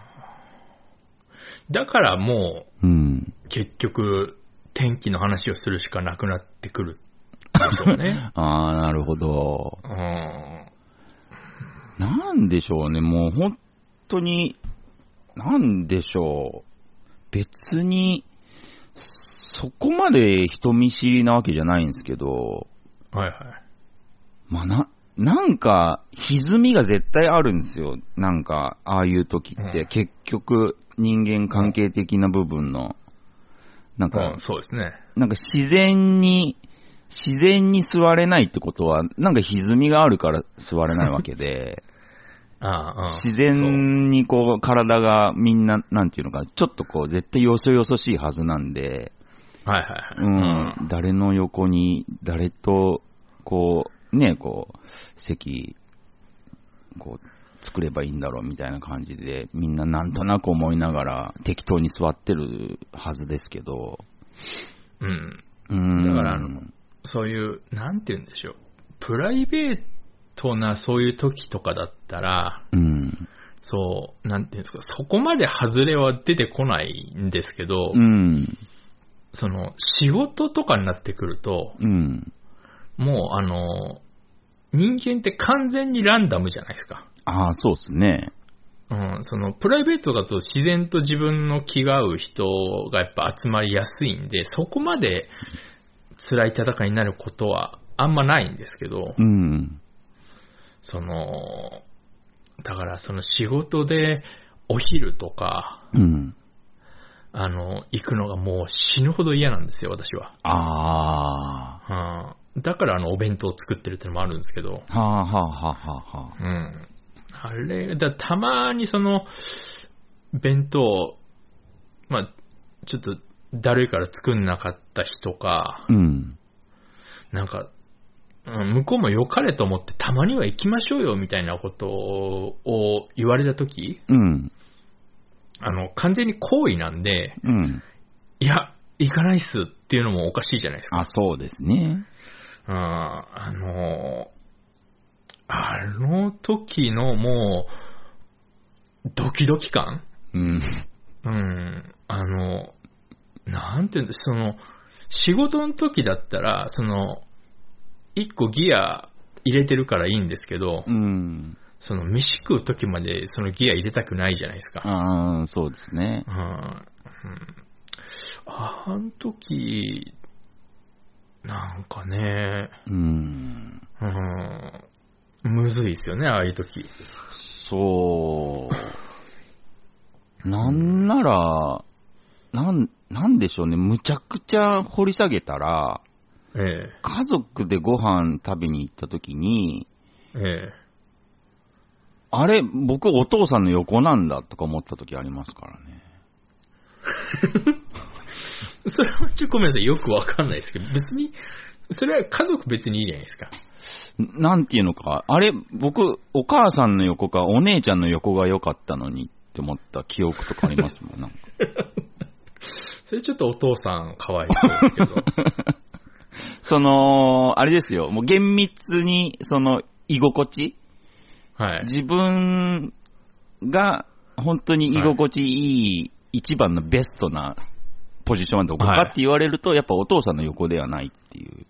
A: ーだからも
B: うん。
A: う、結局、天気の話をするしかなくなってくる。ですよね。
B: ああ、なるほど。
A: うん。
B: なんでしょうね、もう本当に、なんでしょう。別に、そこまで人見知りなわけじゃないんですけど、
A: はいはい。
B: まあ、な、なんか、歪みが絶対あるんですよ。なんか、ああいう時って、
A: うん
B: 結局、人間関係的な部分の、なんか
A: うん、、そうですね。
B: なんか自然に、自然に座れないってことは、なんか歪みがあるから座れないわけで、
A: ああ、うん。
B: 自然にこう、体がみんな、なんていうのか、ちょっとこう、絶対よそよそしいはずなんで、
A: そう。はいはいはい。
B: うん、誰の横に、誰と、こう、ね、こう、席、こう、作ればいいんだろうみたいな感じで、みんななんとなく思いながら、適当に座ってるはずですけど、
A: うん。うん。
B: うん。
A: だからあのそういう、なんて言うんでしょう。プライベートなそういう時とかだったら、
B: うん。
A: そう、なんていうんですか、そこまで外れは出てこないんですけど、
B: うん。
A: その、仕事とかになってくると、
B: うん。
A: もうあの、人間って完全にランダムじゃないですか。
B: ああ、そうっすね。
A: うん、その、プライベートだと自然と自分の気が合う人がやっぱ集まりやすいんで、そこまで辛い戦いになることはあんまないんですけど、
B: うん。
A: その、だからその仕事でお昼とか、
B: うん。
A: あの、行くのがもう死ぬほど嫌なんですよ、私は。
B: あ
A: うん、だからあの、お弁当を作ってるってのもあるんですけど、
B: あ。はあはあはあはあはあ。
A: うん。あれ、だたまにその、弁当、まあ、ちょっと、だるいから作んなかった日とか、
B: うん。
A: なんか、うん向こうも良かれと思って、たまには行きましょうよ、みたいなことを言われた時
B: うん。
A: あの、完全に行為なんで、
B: うん。
A: いや、行かないっすっていうのもおかしいじゃないですか。
B: あ、そうですね。
A: うん、あのー、あの時のもう、ドキドキ感
B: うん。
A: うん、あの、なんていうんだ、その、仕事の時だったら、その、一個ギア入れてるからいいんですけど、
B: うん。
A: その飯食う時までそのギア入れたくないじゃないですか。
B: ああ、そうですね。
A: うんうんあん時、なんかね、
B: うん。
A: うん、むずいっすよね、ああいう時。
B: そう。なんなら、なん、なんでしょうね。むちゃくちゃ掘り下げたら、
A: ええ、
B: 家族でご飯食べに行った時に、
A: ええ。
B: あれ、僕お父さんの横なんだとか思った時ありますからね。
A: それはちょっとごめんなさい、よくわかんないですけど、別に、それは家族別にいいじゃないですか。
B: なんていうのか、あれ、僕、お母さんの横か、お姉ちゃんの横が良かったのにって思った記憶とかありますもん、なんか。
A: それちょっとお父さんかわいそうですけ ど。
B: その、あれですよ、もう厳密に、その、居心地
A: はい。
B: 自分が本当に居心地いい、一番のベストなポジションはどこ
A: は
B: か
A: い
B: って言われると、やっぱお父さんの横ではないっていう。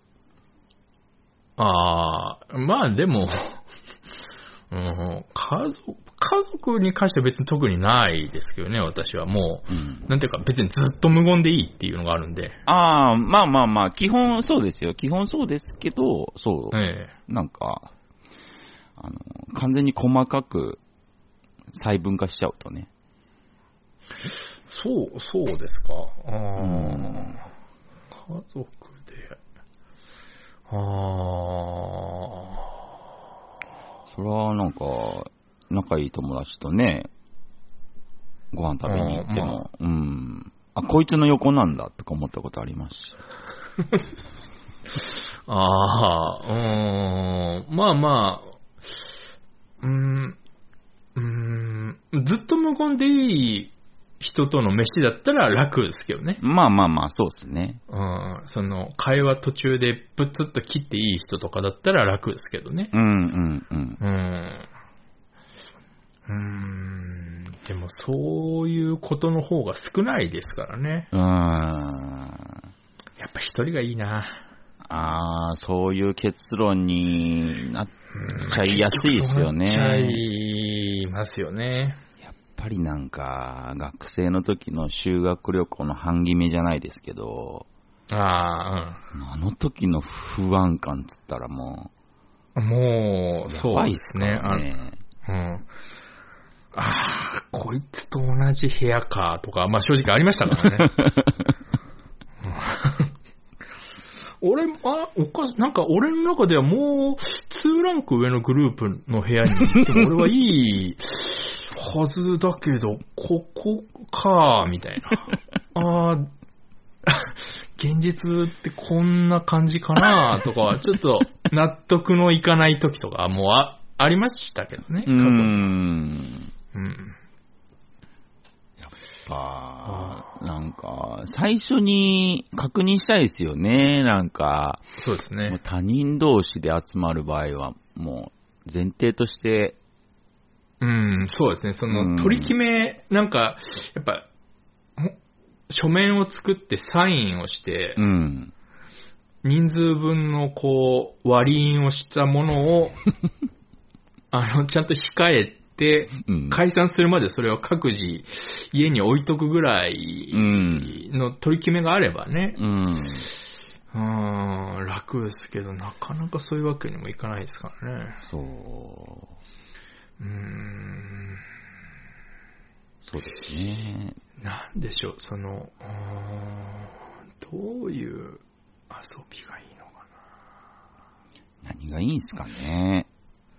A: ああ、まあでも、 うん、家族、家族に関しては別に特にないですけどね、私はも
B: うん
A: う。なんていうか、別にずっと無言でいいっていうのがあるんで。
B: ああ、まあまあまあ、基本そうですよ。基本そうですけど、そう。
A: え
B: なんか、あの、完全に細かく細分化しちゃうとね。
A: えそう、そうですか。ああ
B: うん
A: 家族で。あ
B: それはなんか、仲いい友達とね、ご飯食べに行っても、うん。あ、こいつの横なんだとか思ったことありますし。
A: あ、ああ、うん、まあまあ、うん、うん、ずっと無言でいい人との飯だったら楽ですけどね。
B: まあまあまあ、そうですね。
A: うん、その、会話途中でプツッと切っていい人とかだったら楽ですけどね。
B: うんうんうん。
A: うん。うーん。でも、そういうことの方が少ないですからね。
B: うーん。あ
A: やっぱ一人がいいな。
B: あー、そういう結論になっちゃいやすいですよね。
A: そうなっちゃ
B: や
A: いますよね。
B: っぱりなんか、学生の時の修学旅行の半決めじゃないですけど、
A: あ
B: あの時の不安感っつったらも
A: あ、うん。もう、
B: う、
A: そ
B: やば
A: う
B: い
A: で
B: っす
A: すね。
B: からね。
A: あのうん。ああ、こいつと同じ部屋か、とか、まあ正直ありましたからね。うん俺、あ、おかしなんか俺の中ではもう、2ランク上のグループの部屋にいても俺はいいはずだけど、ここか、みたいな。あー現実ってこんな感じかな、とかは、ちょっと納得のいかない時とか、もうあ、ありましたけどね、
B: うー
A: 過去に
B: ん。
A: うん。
B: あーなんか、最初に確認したいですよね。なんか、
A: そうです
B: もう
A: ね。
B: 他人同士で集まる場合は、もう前提として、
A: うん、そうですね。そ
B: う
A: の、
B: ん
A: 取り決め、なんか、やっぱ、ほ書面を作ってサインをして
B: う、ん。
A: 人数分のこう、割り印をしたもの を、あの、ちゃんと控えて、
B: うん。
A: 解散するまでそれを各自家に置いとくぐら
B: う
A: い
B: ん。
A: の取り決めがあればね、
B: うん。
A: うん、楽ですけど、なかなかそういうわけにもいかないですからね。
B: そ
A: う
B: う。
A: ん。
B: そうですね。
A: なんでしょう、その、うーんどういう遊びがいいのか
B: 何がいいんすかね。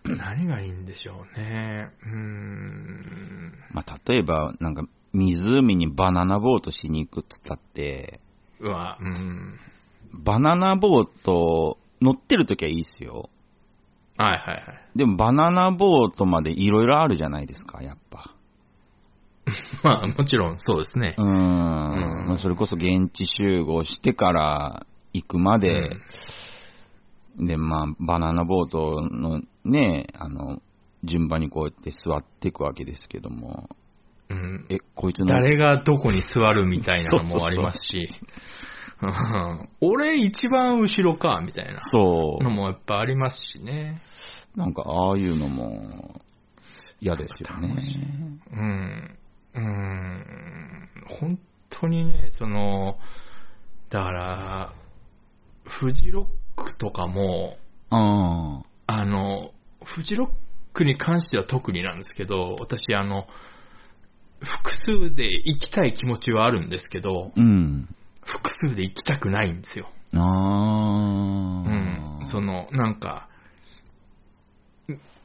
A: な。 何がいいんでしょうね。うーん。
B: まあ、例えば、なんか、湖にバナナボートしに行くっつったって、
A: うわ、うん。
B: バナナボート乗ってる時はいいっすよ。
A: はいはいはい。
B: でもバナナボートまでいろいろあるじゃないですか、やっぱ。
A: まあ、もちろんそうですね
B: う。ーん。まあ、それこそ現地集合してから行くまで、で、まあ、バナナボートのね、あの、順番にこうやって座っていくわけですけども、
A: うん、うん
B: え、こいつの、
A: 誰がどこに座るみたいなのもありますし。 うん俺一番後ろか、みたいな
B: そ
A: のもやっぱありますしね。
B: う。なんか、ああいうのも、嫌ですよね
A: 楽。しうん。うん。本当にね、その、だから、フジロックとかも、
B: ああ。
A: あの、フジロックに関しては特になんですけど、私、あの、複数で行きたい気持ちはあるんですけど、
B: うん。
A: 複数で行きたくないんですよ。
B: あ
A: うん。
B: あ。
A: その、なんか、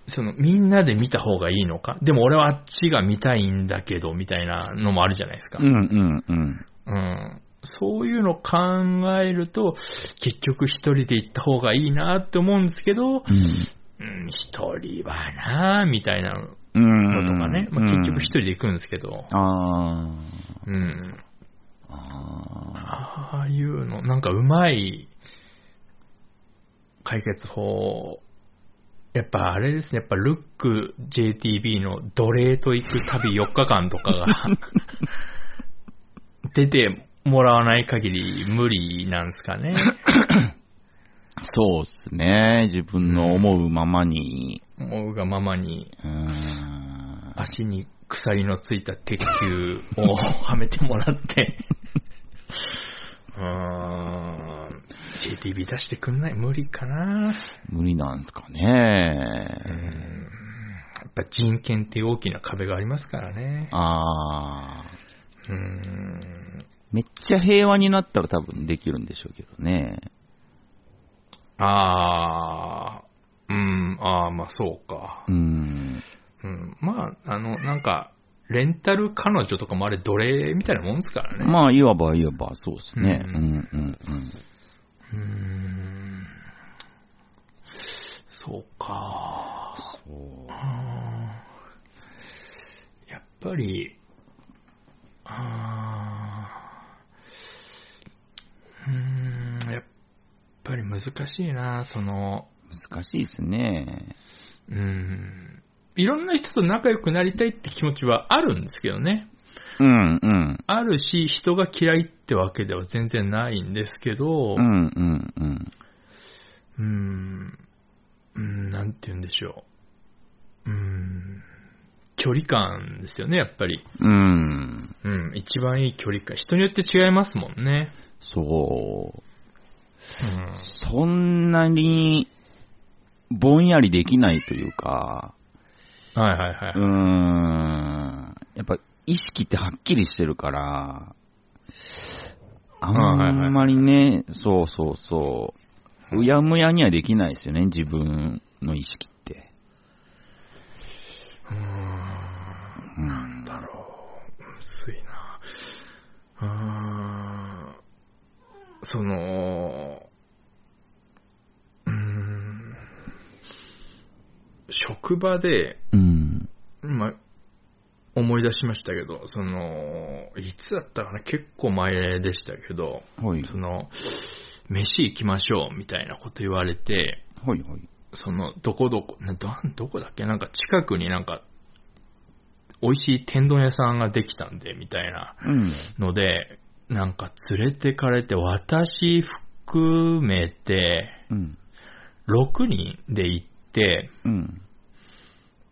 A: その、みんなで見た方がいいのかでも俺はあっちが見たいんだけど、みたいなのもあるじゃないですか
B: う。んうんうん。
A: うん。そういうの考えると、結局一人で行った方がいいなって思うんですけど、うん、一人はなみたいなの
B: うん。うん。
A: とかね。まあ、結局一
B: 人。
A: 人で行くんですけど、
B: あ
A: うん。
B: あ。ああ。
A: ああいうの、なんかうまい解決法。やっぱあれですね、やっぱルック JTB の奴隷と行く旅4日間とか が出てもらわない限り無理なんですかね。
B: そうっすね。自分の思うままに。
A: 思うがままに
B: うん。
A: 足に鎖のついた鉄球をはめてもら って。うーん。JTB 出してくんない無理かな
B: 無理なんすか
A: う
B: ね。
A: んやっぱ人権っていう大きな壁がありますからね。
B: ああ。
A: うん。
B: めっちゃ平和になったら多分できるんでしょうけどね。
A: ああ、うん、ああ、まあそうか
B: う。ん。
A: うん、まあ、あの、なんか、レンタル彼女とかもあれ奴隷みたいなもんですからね。
B: まあ、いわばいわば、そうですね。う
A: うんん
B: うんうん。
A: うん。そうか。
B: そう
A: あーやっぱり、あーうーん、やっぱり難しいな、その、
B: 難しいですね。
A: うーん、いろんな人と仲良くなりたいって気持ちはあるんですけどね。
B: うんうん。
A: あるし、人が嫌いってわけでは全然ないんですけど、
B: うんうんうん。
A: うーん、うーん、なんて言うんでしょう。うーん、距離感ですよね、やっぱり。
B: うん。
A: うん、一番いい距離感。人によって違いますもんね。
B: そう。
A: うん。
B: そんなに、ぼんやりできないというか、
A: はいはいはいう
B: ー。ん。やっぱ、意識ってはっきりしてるから、あんまりね、そうそうそう。うやむやにはできないですよね、自分の意識って。
A: うーん、
B: うん。
A: だろう。むずいな。うーん、その、うーん、職場で、
B: うん。
A: ま、思い出しましたけど、その、いつだったかな結構前でしたけど、
B: ほい。
A: その、飯行きましょうみたいなこと言われて、
B: ほいほい。
A: その、どこどこ、など、どこだっけなんか近くになんか、美味しい天丼屋さんができたんで、みたいな
B: うん。
A: ので、なんか連れてかれて、私含めて、
B: うん。
A: 6人で行って、
B: うん。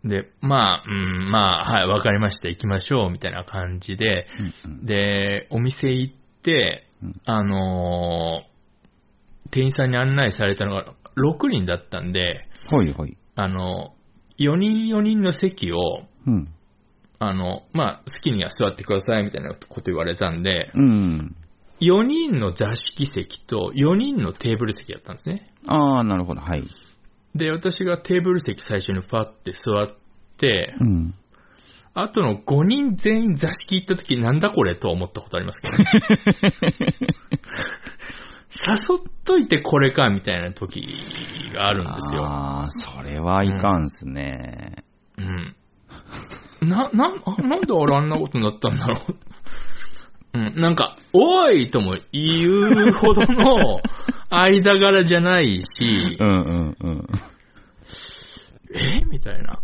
A: で、まあ、うん、まあ、はい、わかりました、行きましょう、みたいな感じで、
B: うん
A: で、お店行って
B: うん、
A: あのー店員さんに案内されたのが6人だったんで、
B: ほいほい。
A: あの、4人4人の席を、
B: うん。
A: あの、まあ、好きには座ってくださいみたいなこと言われたんで、
B: うん。
A: 4人の座敷席と4人のテーブル席だったんですね。
B: ああ、なるほど。はい。
A: で、私がテーブル席最初にファって座って、
B: うん。
A: あとの5人全員座敷行った時なんだこれと思ったことありますけど、誘っといてこれかみたいな時があるんですよ。
B: ああ、それはいかんっすね。
A: うん。な、な、あなんで俺あんなことになったんだろう。 うん、なんか、おいとも言うほど の間柄じゃないし、
B: うんうんうん。
A: えみたいな。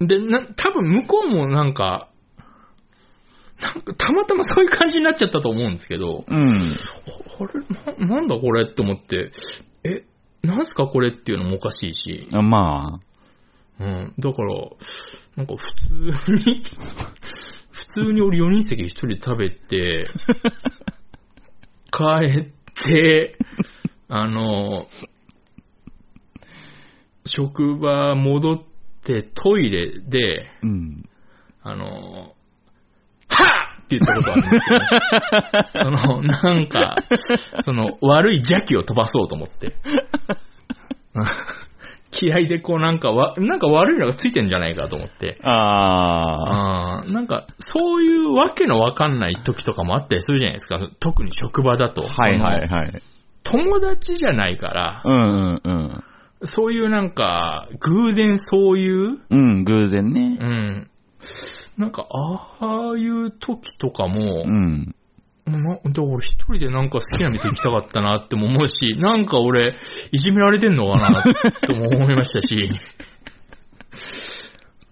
A: で、な、多分向こうもなんか、なたまたまそういう感じになっちゃったと思うんですけど、
B: うん。
A: あれな、なんだこれって思って、え、なんすかこれっていうのもおかしいし、
B: あま
A: うん。だから、なんか普通に、 普通に俺4人席1人で食べ て、帰って、あの、職場戻ってトイレで、
B: あ、うん。
A: あの、はっって言ったことあるんですよ、ね。その、なんか、その、悪い邪気を飛ばそうと思って。 気合でこうなんかわ、なんか悪いのがついてんじゃないかと思って。
B: ああ、
A: あーなんか、そういうわけのわかんない時とかもあったりするじゃないですか。特に職場だと。
B: はいはい
A: その
B: はい。
A: 友達じゃないから
B: う、んうん
A: そういうなんか、偶然そういう、
B: うん。うん、偶然ね
A: う。ん。なんか、ああいう時とかも
B: う、ん。
A: なで俺一人でなんか好きな店行きたかったなっても思うし、なんか俺、いじめられてんのかなとも思いましたし、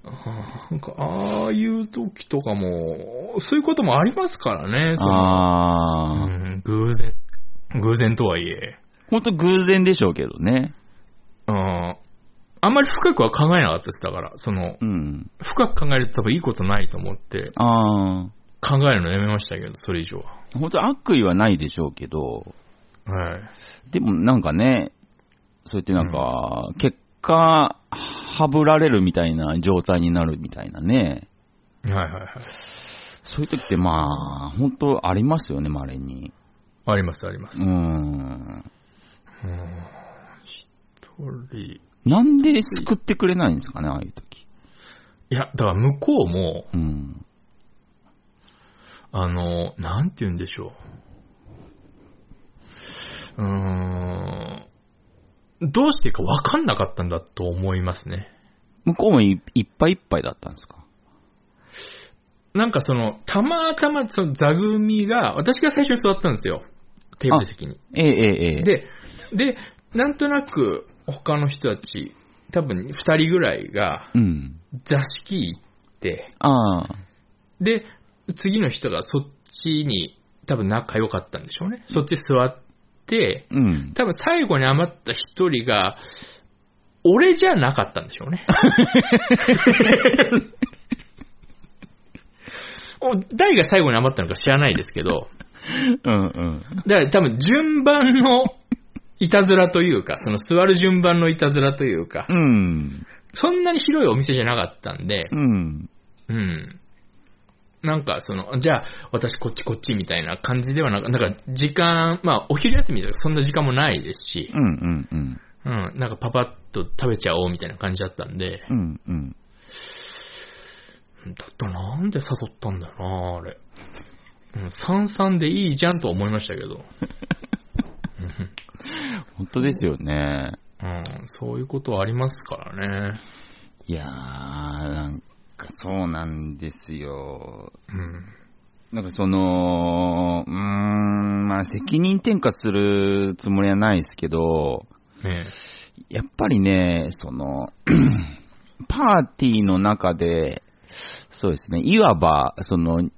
A: あーなんかああいう時とかも、そういうこともありますからね、そのう
B: ああ、
A: ん、偶然、偶然とはいえ、
B: ほんと偶然でしょうけどね。
A: うん、あんまり深くは考えなかったです、だから、その、
B: うん。
A: 深く考えると多分いいことないと思って、
B: あ
A: 考えるのやめましたけど、それ以上は。
B: あ、ほんと悪意はないでしょうけど、
A: はい。
B: でもなんかね、そうやってなんか、結果、はぶられるみたいな状態になるみたいなね。
A: はいはいはい。
B: そういう時ってまあ、本当ありますよね、稀に。
A: ありますあります
B: う。ん。
A: うん一人。い
B: なんで救ってくれないんですかね、ああいう時。
A: や、だから向こうも、
B: うん。
A: あの、なんて言うんでしょう。うーん。どうしていいか分かんなかったんだと思いますね。
B: 向こうもいいっぱいいっぱいだったんですか
A: なんかその、たまたまその座組が、私が最初に座ったんですよ。テーブル席に。
B: ええええええ。
A: で、で、なんとなく他の人たち、多分2人ぐらいが
B: うん。
A: 座敷行って、
B: ああ。
A: で、次の人がそっちに、多分仲良かったんでしょうね。そっち座って、
B: うん。
A: 多分最後に余った一人が、俺じゃなかったんでしょう ね。お誰が最後に余ったのか知らないですけど、
B: うんうん。
A: だから多分順番のいたずらというか、その座る順番のいたずらというか
B: う、ん。
A: そんなに広いお店じゃなかったんで、
B: うん。
A: うん。なんか、その、じゃあ、私こっちこっちみたいな感じではなく、なんか、時間、まあ、お昼休みとかそんな時間もないですし
B: う、んうんうん。
A: うん、なんかパパッと食べちゃおうみたいな感じだったんで、
B: うんうん。
A: だったらなんで誘ったんだよな、あれ。うん、三々でいいじゃんとは思いましたけど、
B: 本当ですよね。
A: うん、そういうことはありますからね。
B: いやー、なんかそうなんですよ。
A: うん。
B: なんかその、うーん、まあ責任転嫁するつもりはないですけど、
A: ね
B: やっぱりね、その、 パーティーの中で、そうですね、いわば、その、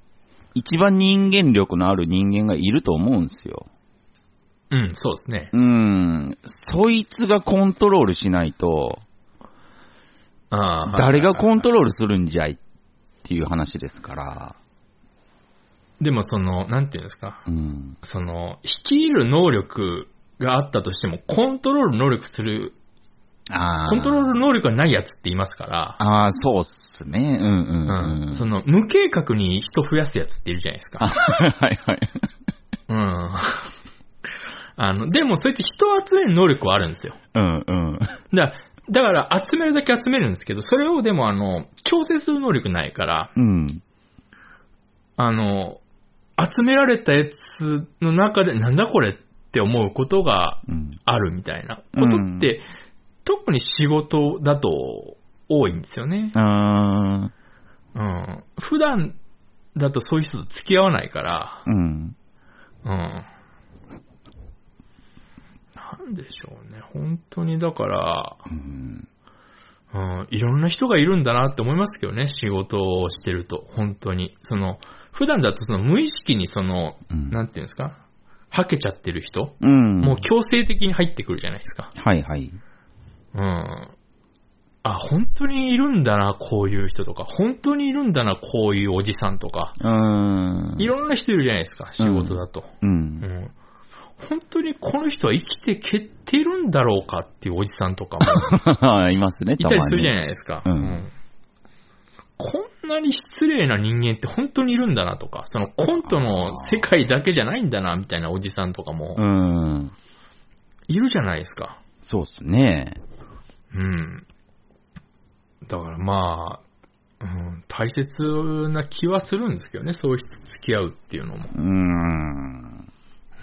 B: 一番人間力のある人間がいると思うんですよ。
A: えうん、そうですね。
B: うん、そいつがコントロールしないと、
A: ああ。
B: 誰が
A: ん
B: コントロールするんじゃいっていう話ですから、
A: でもその、なんていうんですか。
B: うん、
A: その、率いる能力があったとしても、コントロール能力する、
B: あー
A: コントロール能力がないやつって言いますから、
B: ああ、そうっすね。うんうん、うん。
A: うんその、無計画に人増やすやつっているじゃないです
B: あ
A: か。
B: はいはい。
A: うん。 あの、でも、そいつ人を集める能力はあるんですよ。
B: うんうん。
A: だだから、集めるだけ集めるんですけど、それをでも、あの、調整する能力ないから、
B: うん。
A: あの、集められたやつの中で、なんだこれって思うことが
B: うん。
A: あるみたいなことって、特に仕事だと多いんですよね。
B: あ
A: うん。普段だとそういう人と付き合わないから
B: ー、うん。
A: うん。なんでしょうね。本当にだから、
B: うん。
A: うん、いろんな人がいるんだなって思いますけどね、仕事をしてると。本当に。その、普段だとその無意識にその、
B: うん
A: なんていうんですか、はけちゃってる人、
B: うん。
A: もう強制的に入ってくるじゃないですか。
B: はいはい。
A: うん。あ、本当にいるんだな、こういう人とか、本当にいるんだな、こういうおじさんとか、
B: うーん。
A: いろんな人いるじゃないですか、仕事だと。
B: う。
A: うんん。本当にこの人は生きてけってるんだろうかっていうおじさんと かも
B: いますね、
A: い
B: た
A: た
B: ま
A: り
B: に。
A: するじゃないですか。
B: うん
A: こんなに失礼な人間って本当にいるんだなとか、そのコントの世界だけじゃないんだなみたいなおじさんとかも
B: うん。
A: いるじゃないですか。
B: そうっすね。
A: うん。だからまあ、うん、大切な気はするんですけどね、そういう人と付き合うっていうのも。
B: うーん。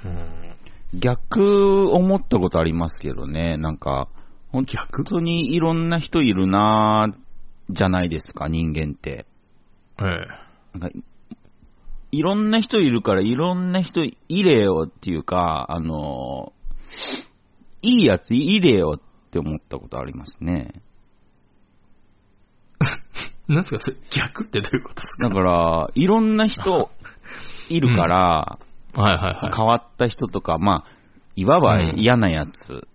A: うん、
B: 逆思ったことありますけどね、なんか、本当にいろんな人いるなぁじゃないですか、人間って。
A: え
B: なんかいろんな人いるから、いろんな人いれよっていうか、あの、いいやついれよって思ったことありますね。
A: え。なんすか、それ逆ってどういうことで
B: だから、いろんな人いるから、
A: すかはい はいはい。
B: 変わった人とか、まあ、いわば嫌なやつ、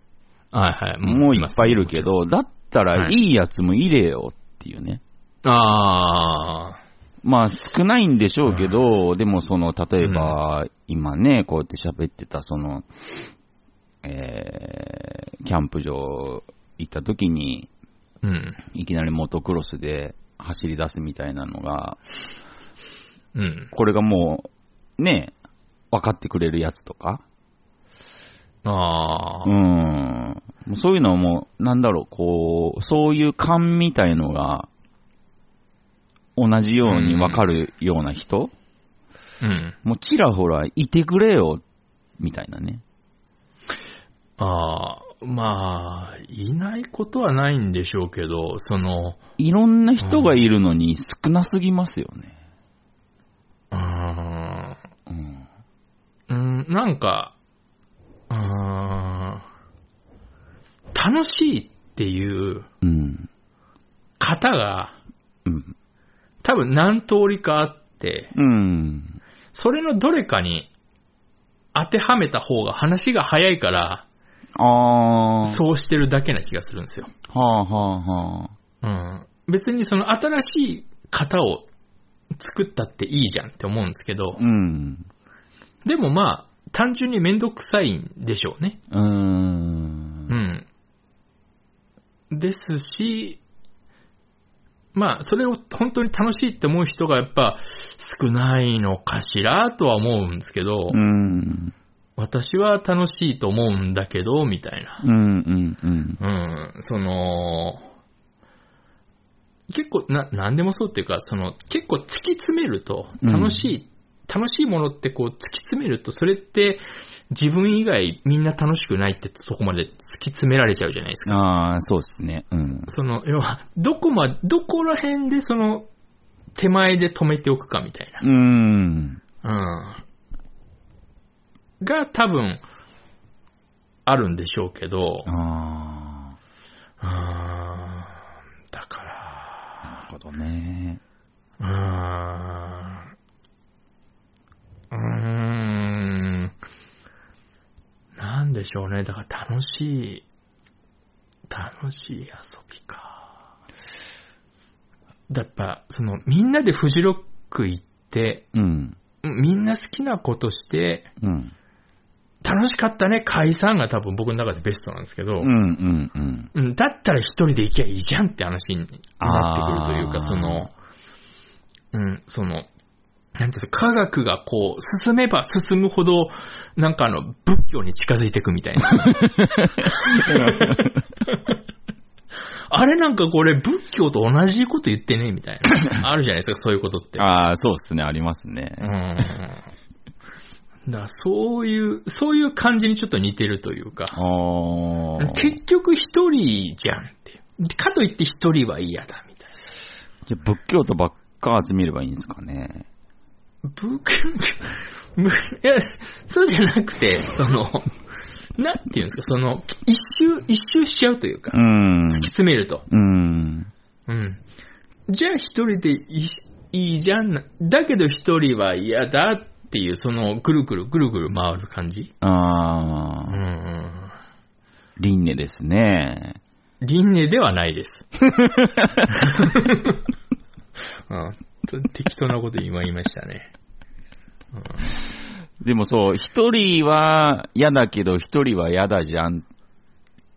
A: はいはい。
B: もういっぱいいるけ
A: ま
B: ど、だったら
A: はい
B: いいやつもいれよっていうね。
A: す。ああ。
B: まあ少ないんでしょうけど、でもその、例えば、今ね、こうやって喋ってた、その、えー、キャンプ場行った時に、
A: うん。
B: いきなりモトクロスで走り出すみたいなのが、
A: うん。
B: これがもう、ね、分かってくれるやつとか、
A: ああ
B: う。ん、もうそういうのはもう、なんだろう、こう、そういう感みたいのが、同じように分かるような人、
A: うん。
B: もうちらほらいてくれよ、みたいなね。
A: ああ。まあ、いないことはないんでしょうけど、その、
B: いろんな人がいるのに少なすぎますよね。
A: うーん。
B: うん。
A: うん、なんか、うーん、楽しいっていう
B: うん。
A: 方が
B: うん。
A: 多分何通りかあって、
B: うん。
A: それのどれかに当てはめた方が話が早いから、
B: ああ。
A: そうしてるだけな気がするんですよ。
B: はあはあはあ。
A: うん。別にその新しい型を作ったっていいじゃんって思うんですけど
B: う、ん。
A: でもまあ、単純にめんどくさいんでしょうね。
B: うーん。
A: うん。ですし、まあ、それを本当に楽しいって思う人がやっぱ少ないのかしらとは思うんですけど、
B: うん。
A: 私は楽しいと思うんだけど、みたい
B: うん。うん。うん。
A: な。うん。その、結構な、なんでもそうっていうか、その、結構突き詰めると、
B: うん
A: 楽しい、楽しいものってこう突き詰めると、それって自分以外みんな楽しくないってとこまで突き詰められちゃうじゃないですか。
B: ああ、そうですね。うん。
A: その、要は、どこま、どこら辺でその、手前で止めておくかみたいう
B: ーん。
A: な。うん。が多分、あるんでしょうけど、
B: あ
A: うーん。だか
B: あ。なるほどね。
A: ら、うーん。うーん。なんでしょうね。だから楽しい、楽しい遊びか。だやっぱ、その、みんなでフジロック行って、
B: うん。
A: みんな好きなことして、
B: うん。
A: 楽しかったね、解散が多分僕の中でベストなんですけど、
B: うん。うん。うん。
A: うん、だったら一人で行きゃいいじゃんって話になってくるという
B: あー
A: か、その、うん、その、なんていうの科学がこう、進めば進むほど、なんかあの、仏教に近づいていくみたいな。 あれなんかこれ、仏教と同じこと言ってね、みたいな。あるじゃないですか、そういうことって。
B: ああ、そうですね。ありますね。
A: うん。だからそういう、そういう感じにちょっと似てるというか。
B: ああ。
A: 結局一人じゃんっていう。かといって一人は嫌だみたいな。
B: じゃあ仏教とばっか集めればいいんですかね。
A: ぶむいや、そうじゃなくて、その、なんていうんですか、その、一周、一周しちゃうというか、
B: うん。
A: 突き詰めると。
B: うん。
A: うん。じゃあ一人でいいいじゃんな。だけど一人は嫌だっていう、その、ぐるぐるぐるぐる回る感じ。
B: あ
A: うん
B: ー、
A: うん。
B: 輪廻ですね。
A: 輪廻ではない です。うんと適当なこと今言いましたね。
B: でもそう、一人は嫌だけど、一人は嫌だじゃんっ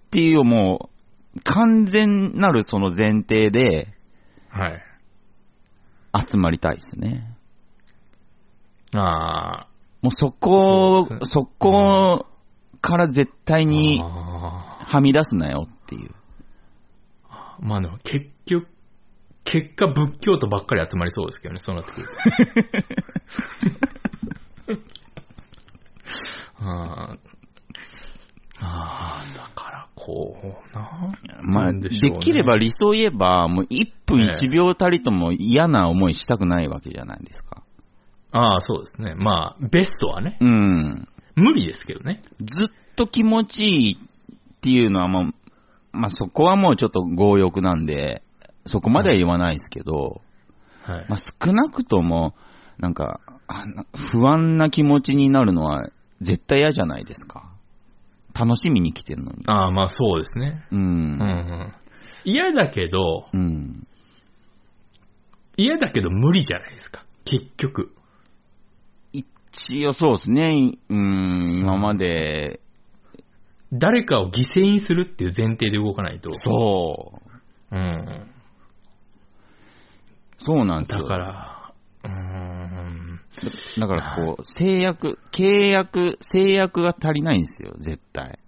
B: ていう、もう、完全なるその前提で
A: はい。
B: 集まりたいですね。
A: あ
B: もうそこ
A: そう、ですね
B: そこから絶対
A: ー
B: に
A: あ
B: はみ出すなよっていう。
A: ー。まあでも結局、結果仏教徒ばっかり集まりそうですけどね、そうなって くると。あーあー、だからこうな。
B: まあ、
A: なん
B: で
A: しょうね
B: きれば理想言えば、もう1分
A: ええ
B: 1秒たりとも嫌な思いしたくないわけじゃないですか。
A: ああ、そうですね。まあ、ベストはね、
B: うん。
A: 無理ですけどね。
B: ずっと気持ちいいっていうのはもう、まあそこはもうちょっと強欲なんで、そこまでは言わないですけど、
A: はい
B: まあ。少なくとも、なんか、あな不安な気持ちになるのは絶対嫌じゃないですか。楽しみに来てるのに。
A: ああ、まあそうですね。
B: う。
A: うんうんん。嫌だけど、
B: うん。
A: 嫌だけど無理じゃないですか。結局。
B: 一応そうですね、うん、今まで、
A: 誰かを犠牲にするっていう前提で動かないと。
B: そう。
A: う。うん。
B: そうなんです
A: だ
B: よ。
A: から、うーん。
B: だからこう、制約、契約、制約が足りないんですよ、絶対。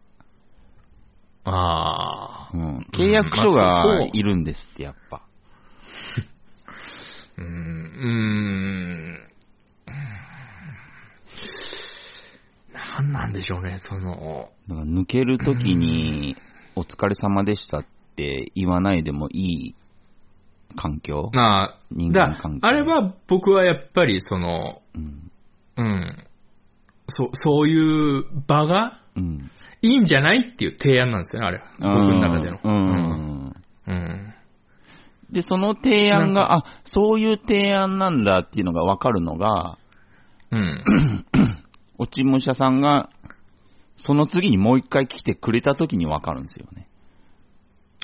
A: ああ。
B: うん契約書
A: まあそう
B: が
A: そう
B: いるんですって、やっぱ。
A: うーん。うーん。なんなんでしょうね、その。
B: だから抜けるときに、お疲れ様でしたって言わないでもいい環境
A: まあ、
B: 人間
A: だ
B: 関係。
A: あれは僕はやっぱりその、
B: うん。
A: うん。そそういう場が
B: うん。
A: いいんじゃないっていう提案なんですよね、あれ。僕の中での。
B: うん。
A: うん。うん。
B: で、その提案が、あ、そういう提案なんだっていうのがわかるのが、
A: うん。
B: 落ち武者さんが、その次にもう一回来てくれたときにわかるんですよね。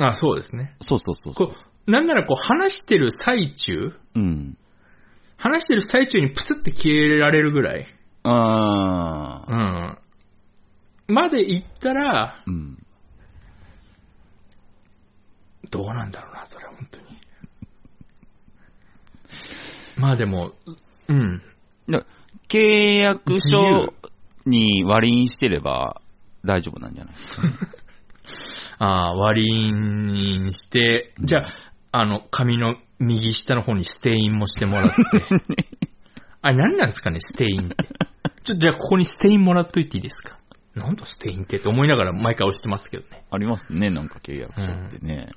A: あ、そうですね。
B: そうそうそうそう。
A: こう、なんならこう話してる最中、
B: うん。
A: 話してる最中にプツって消えられるぐらい、
B: あ
A: う
B: あ。
A: ん。まで行ったら、
B: うん。
A: どうなんだろうな、それは本当に。まあでも、うん。
B: 契約
A: 自由
B: 書に割りにしてれば大丈夫なんじゃないですか。
A: ああ、割りにして、じゃあ、あの、紙の右下の方にステインもしてもらって。あれ、何なんですかね、ステインって。ちょっとじゃあ、ここにステインもらっといていいですか。なんだステインってって思いながら毎回押してますけどね。
B: ありますね、なんか契約書ってね。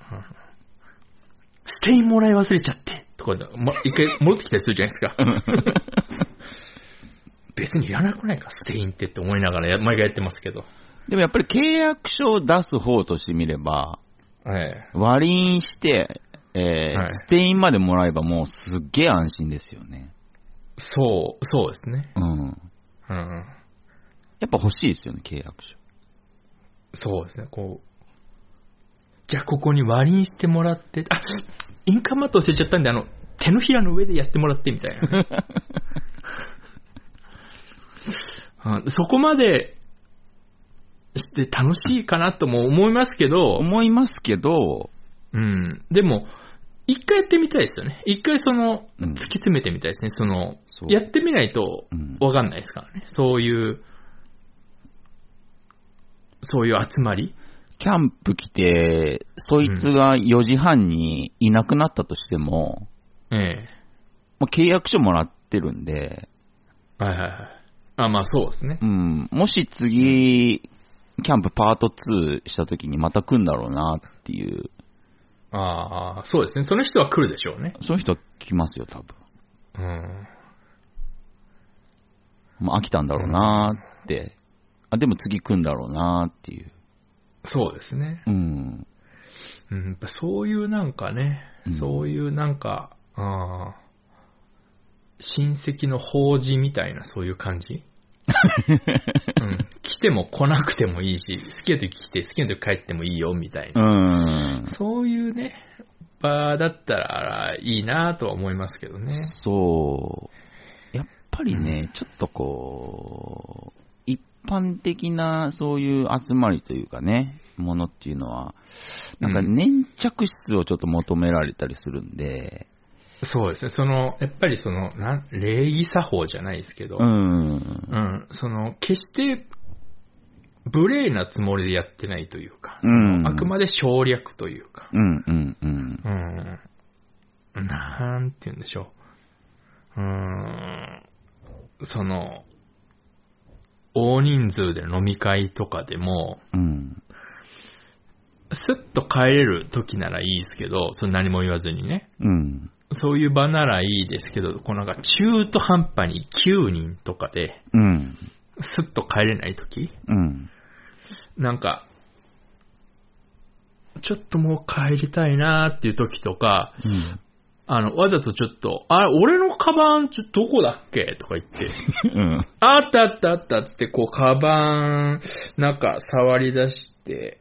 A: ステインもらい忘れちゃってとかで、ま、一回戻ってきたりするじゃないですか。 別にいらなくないか、ステインってって思いながらや毎回やってますけど。
B: でもやっぱり契約書を出す方としてみれば、
A: ええ。
B: 割りにして、えー
A: はい
B: ステインまでもらえばもうすっげえ安心ですよね。
A: そう、そうですね。
B: うん。
A: うん。
B: やっぱ欲しいですよね、契約書。
A: そうですね、こう。じゃあ、ここに割りにしてもらって、あインカムマット教えちゃったんで、あの、手のひらの上でやってもらってみたいな ね、うんそこまでして楽しいかなとも思いますけど、
B: 思いますけど、
A: うん、でも、一回やってみたいですよね。一回その、
B: うん
A: 突き詰めてみたいですね。その、
B: そう
A: やってみないと
B: うん
A: わかんないですからね。そういう、そういう集まり
B: キャンプ来て、そいつが4時半にいなくなったとしても、
A: ええ。
B: もう契約書もらってるんで、
A: はいはいはい。あ、まあそうですね
B: う。ん、もし次、キャンプパート2した時にまた来るんだろうなっていう、
A: ああ、そうですね。その人は来るでしょうね。
B: そういう人は来ますよ、多分。
A: うん。
B: まあ、飽きたんだろうなって。あ、でも次来るんだろうなっていう。
A: そうですね。
B: うん。
A: うん、やっぱそういうなんかね
B: うん、
A: そういうなんか、ああ、親戚の法事みたいな、そういう感 じうん。来ても来なくてもいいし、好きな時来て、好きな時帰ってもいいよ、みたいな。
B: うん。
A: そういうね、場だったらいいなとは思いますけどね。
B: そう。やっぱりね、ちょっとこう、一般的なそういう集まりというかね、ものっていうのは、なんか
A: うん
B: 粘着質をちょっと求められたりするんで、
A: そうですね。その、やっぱりその、なん礼儀作法じゃないですけど、
B: うん。
A: うん、その、決して、無礼なつもりでやってないというか、
B: うん。
A: あくまで省略というか、
B: うんうんうん。
A: うん、なんて言うんでしょう。うん、その、大人数で飲み会とかでも、
B: うん。
A: スッと帰れる時ならいいですけど、その何も言わずにね。
B: うん。
A: そういう場ならいいですけど、こうなんか中途半端に9人とかで、
B: うん。
A: スッと帰れない時
B: うん。
A: なんか、ちょっともう帰りたいなーっていう時とか、あの、わざとちょっと、あ、俺のカバン、ちょ、どこだっけとか言って、
B: うん。
A: あったあったあったっつって、こう、カバン、なんか、触り出して、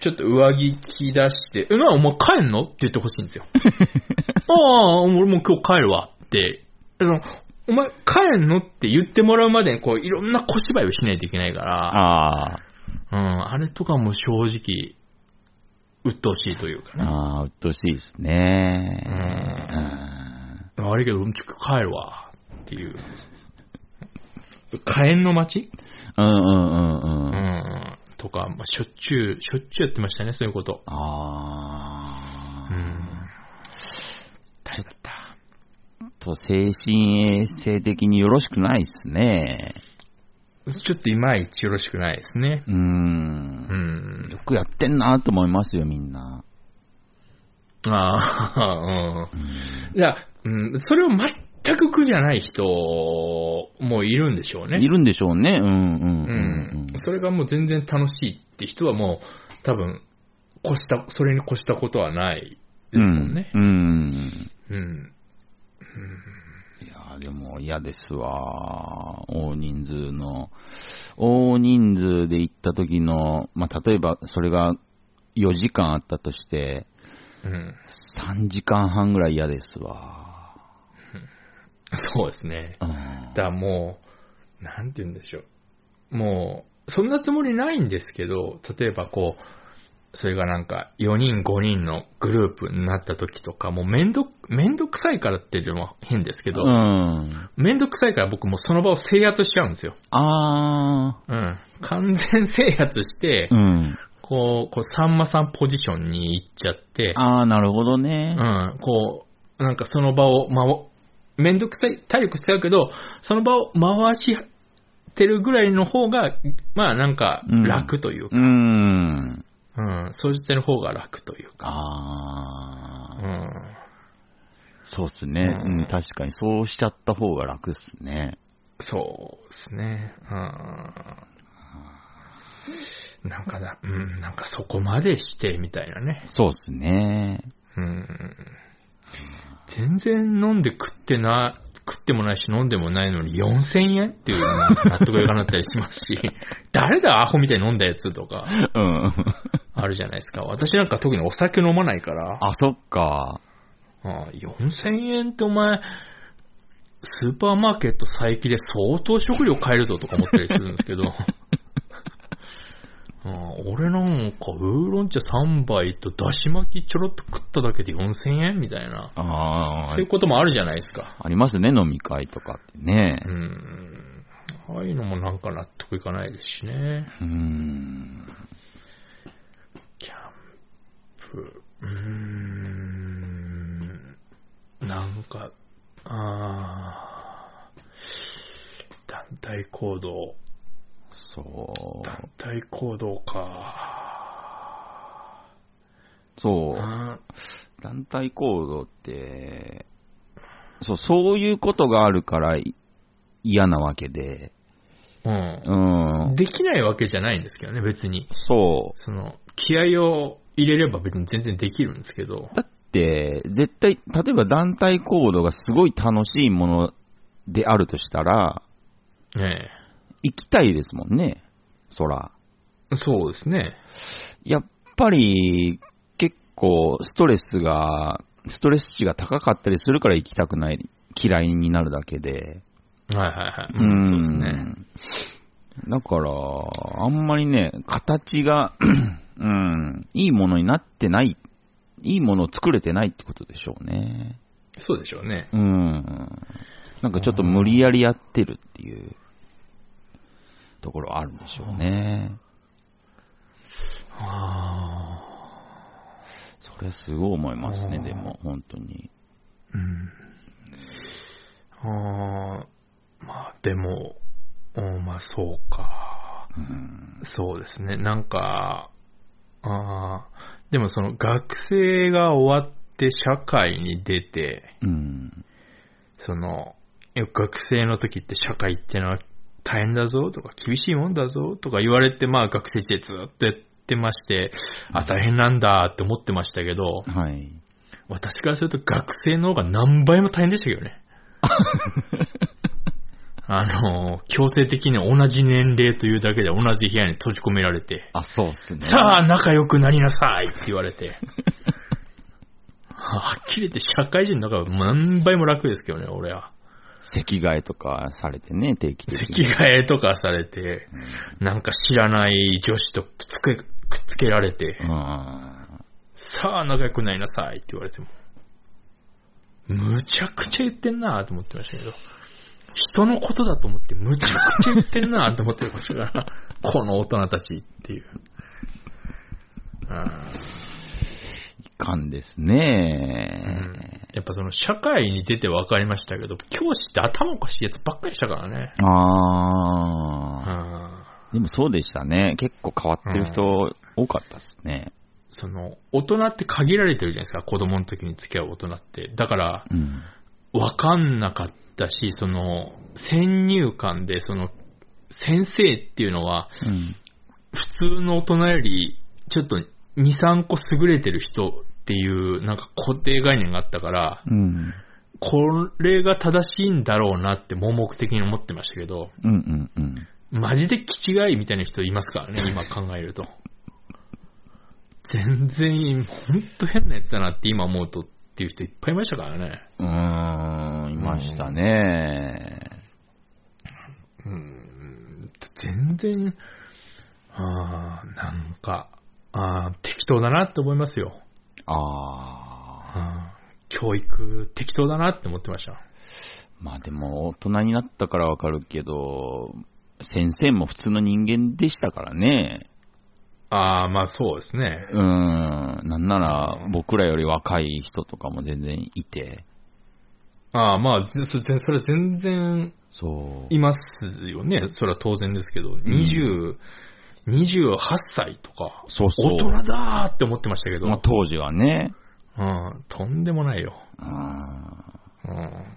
A: ちょっと上着着出して、え、な、お前帰んのって言ってほしいんですよ。ああ、俺もう今日帰るわって、あの、お前帰んのって言ってもらうまでに、こう、いろんな小芝居をしないといけないから、
B: ああ。
A: うん、あれとかも正直、鬱陶しいというかね。
B: ああ、鬱陶しいですね。
A: う。
B: うんん
A: 悪いけど、うんちょっと帰るわ、っていう。 そう火炎の街
B: うんうんうん
A: う
B: うん。
A: んとか、まあ、しょっちゅう、しょっちゅうやってましたね、そういうこと。
B: あ
A: う
B: あ。
A: ん。大変だった。
B: と、精神衛生的によろしくないですね。
A: ちょっといまいちよろしくないですね。
B: うー。
A: うん
B: よ
A: ん。
B: くやってんなと思いますよ、みんな。
A: ああ、
B: うん
A: うん。いや、うん、それを全く苦じゃない人もいるんでしょうね。
B: いるんでしょうね。うんうん
A: う
B: うん
A: ん。それがもう全然楽しいって人はもう、多分、越した、それに越したことはない
B: うん。
A: ですもんね
B: う。ん。
A: うん。
B: いやーでも嫌ですわ。大人数の、大人数で行った時の、まあ、例えばそれが4時間あったとして、
A: うん。
B: 3時間半ぐらい嫌ですわ。
A: そうですね。
B: うん。
A: だからもう、なんて言うんでしょう。もう、そんなつもりないんですけど、例えばこう、それがなんか4人5人のグループになった時とか、もうめんどく、めんどくさいからっていうのも変ですけど、
B: うん。
A: めんどくさいから僕もうその場を制圧しちゃうんですよ。
B: あ
A: うん。完全制圧して
B: ー。う、ん。
A: こう、こう、さんまさんポジションに行っちゃって、
B: あー、なるほどね。
A: うん、こう、なんかその場を、まわ、めんどくさい、体力使うけど、その場を回してるぐらいの方が、まあなんか
B: うん
A: 楽というか、
B: うん。
A: うん、そうしてる方が楽というか、
B: あ
A: う
B: ー、
A: ん、
B: そうっすね、
A: うん
B: うん。確かに、そうしちゃった方が楽っすね。
A: そうですね、うん。なんかな、うん、なんかそこまでして、みたいなね。
B: そうっすね。
A: うん。全然飲んで食ってな、食ってもないし飲んでもないのに4000円っていうのも納得いかなかったりしますし、誰だアホみたいに飲んだやつとか
B: うん。
A: あるじゃないですか。私なんか特にお酒飲まないから、
B: あ、そっか。
A: あ4000円ってお前、スーパーマーケット佐伯で相当食料買えるぞとか思ったりするんですけど、あ俺なんかウーロン茶3杯とだし巻きちょろっと食っただけで4000円みたいな。
B: あ
A: そうい
B: ー
A: う、こともあるじゃないですか。
B: ありますね、飲み会とかってね
A: う。ん。ああいうのもなんか納得いかないですしね。
B: うん。
A: キャンプ。うーん。なんか、あー団体行動。
B: そう。
A: 団体行動か。
B: そう。
A: あ
B: 団体行動って、そう、そういうことがあるからい嫌なわけで。
A: ー
B: う
A: うん。
B: ん。
A: できないわけじゃないんですけどね、別に。
B: そう。
A: その、気合を入れれば別に全然できるんですけど。
B: だって、絶対、例えば団体行動がすごい楽しいものであるとしたら、
A: ね
B: 行きたいですもんね、そら。
A: え。そうですね。
B: やっぱり、結構ストレスが、ストレス値が高かったりするから行きたくない、嫌いになるだけで。
A: はいはいはい。うん、そうですね。
B: うん。だから、あんまりね、形が、 うん、いいものになってない、いいものを作れてないってことでしょうね。
A: そうでしょうね。
B: うん。なんかちょっと無理やりやってるっていうところあるんでしょうね。
A: あ
B: それすごい思いますね、
A: うん
B: でも、本当に。
A: あ。うん。ああ。まあ、でも、うんまあそうか。
B: うん。
A: そうですね。なんか、ああ。でもその学生が終わって社会に出て、
B: うん。
A: その、いや学生の時って社会ってのは大変だぞとか厳しいもんだぞとか言われて、まあ学生時代ずっとやってまして、あ、大変なんだって思ってましたけど、
B: はい。
A: 私からすると学生の方が何倍も大変でしたけど ね。あの、強制的に同じ年齢というだけで同じ部屋に閉じ込められて、
B: あ、そうっすね。
A: さあ仲良くなりなさいって言われ て、はっきり言って社会人の中は何倍も楽ですけどね、俺は。
B: 席替えとかされてね、定期的
A: 席
B: に。
A: 替えとかされて、なんか知らない女子とくっつけ、くっつけられて
B: う、ん。
A: さあ仲良くなりなさいって言われても、むちゃくちゃ言ってんなぁと思ってましたけど、人のことだと思ってむちゃくちゃ言ってんなぁと思ってましたから、 この大人たちっていう。うん
B: いかんです
A: うん
B: ね。
A: やっぱその社会に出て分かりましたけど、教師って頭おかしいやつばっかりしたからね。う
B: ああ。
A: ん
B: でもそうでしたね。結構変わってる人多かったっすね。
A: その、大人って限られてるじゃないですか、子供の時に付き合う大人って。だから、
B: うん。
A: わかんなかったし、その、先入観で、その、先生っていうのは、
B: うん。
A: 普通の大人より、ちょっと、2、3個優れてる人っていう、なんか固定概念があったから、
B: うん。
A: これが正しいんだろうなって盲目的に思ってましたけど、
B: うんうんうん。
A: マジで気違いみたいな人いますからね、今考えると。全然、ほんと変なやつだなって今思うとっていう人いっぱいいましたからね。
B: うーん、いましたね。
A: うん、全然、ああ、なんか、ああ、適当だなって思いますよ。
B: ああ。
A: ああ教育適当だなって思ってました。
B: まあでも、大人になったからわかるけど、先生も普通の人間でしたからね。
A: ああ、まあそうですね。
B: うーん、なんなら僕らより若い人とかも全然いて。
A: ああ、まあ、ぜそそれは全然
B: そう。
A: いますよね。それは当然ですけど、20、28歳とか、
B: そうそう。
A: 大人だーって思ってましたけど、
B: まあ当時はね。
A: うん、とんでもないよ。
B: うん
A: うん、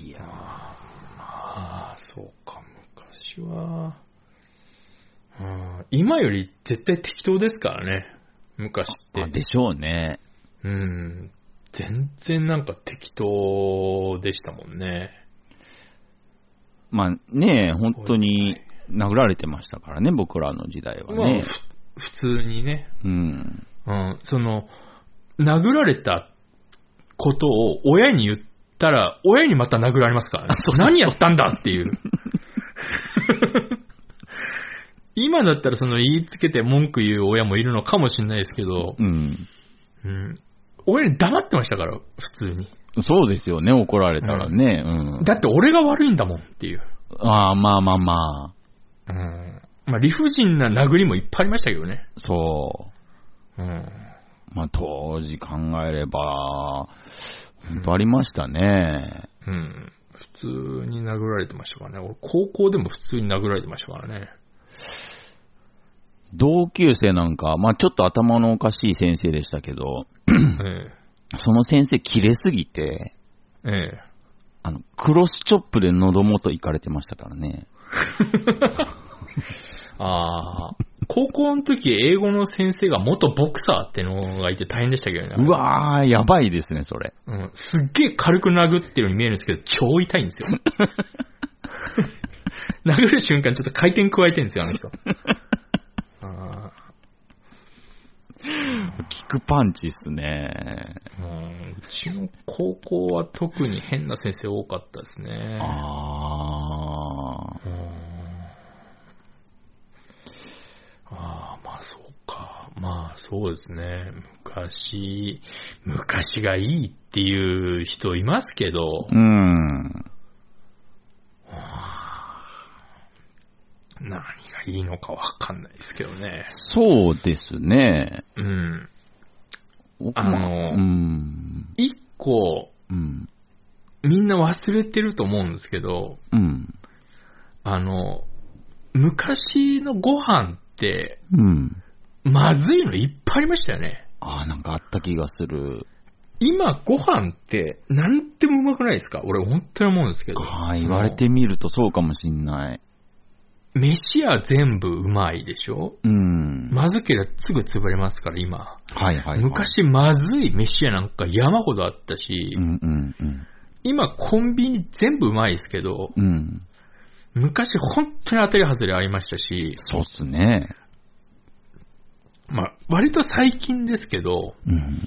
B: いや
A: ああ、そうか、昔は。うん今より絶対適当ですからね、昔
B: ー
A: っ
B: あ
A: て。
B: でしょうね。
A: うん。全然なんか適当でしたもんね。
B: まあね、本当に殴られてましたからね、僕らの時代は
A: まあ
B: ね。
A: ふ普通にね。
B: うん。
A: うん。その、殴られたことを親に言ったら、親にまた殴られますからね。何やったんだっていう。今だったらその言いつけて文句言う親もいるのかもしれないですけど、
B: うん。
A: うん。俺黙ってましたから、普通に。
B: そうですよね、怒られたらね。うん。
A: だって俺が悪いんだもんっていう。
B: ああ、まあまあま
A: う
B: あ。
A: ん。まあ理不尽な殴りもいっぱいありましたけどね。
B: そ
A: うん。
B: う。まあ当時考えれば、本当ありましたね。
A: うん。普通に殴られてましたからね。俺高校でも普通に殴られてましたからね。
B: 同級生なんか、まあちょっと頭のおかしい先生でしたけど、
A: え
B: その先生切れすぎて、
A: え。ええ。
B: あの、クロスチョップで喉元行かれてましたからね。
A: ああ、高校の時英語の先生が元ボクサーってのがいて大変でしたけどね。
B: うわー、やばいですね、それ。
A: うん、すっげえ軽く殴ってるように見えるんですけど、超痛いんですよ。殴る瞬間ちょっと回転加えてるんですよ、あの人。あ
B: キックパンチっすね。
A: ーうんうちの高校は特に変な先生多かったですね。
B: あー。
A: うんああ、まあそうか。まあそうですね。昔、昔がいいっていう人いますけど、
B: うん。
A: 何がいいのかわかんないですけどね。
B: そうですね。
A: うん。
B: 僕
A: あ
B: も、
A: の
B: うん。
A: 一個、
B: うん。
A: みんな忘れてると思うんですけど、
B: うん。
A: あの、昔のご飯って、
B: うん。
A: まずいのいっぱいありましたよね。
B: あー、なんかあった気がする。
A: 今、ご飯って、なんでもうまくないですか俺、本当に思うんですけど。
B: ああ、
A: そ
B: 言
A: の
B: われてみるとそうかもしんない。
A: 飯は全部うまいでしょ
B: うん。
A: まずけりゃすぐ潰れますから、今。
B: はいはい、はい。。
A: 昔、まずい飯屋なんか山ほどあったし、
B: うんうんうん。
A: 今、コンビニ全部うまいですけど、
B: うん。
A: 昔、本当に当たり外れありましたし、
B: そうっすね。
A: まあ、割と最近ですけど、
B: うん。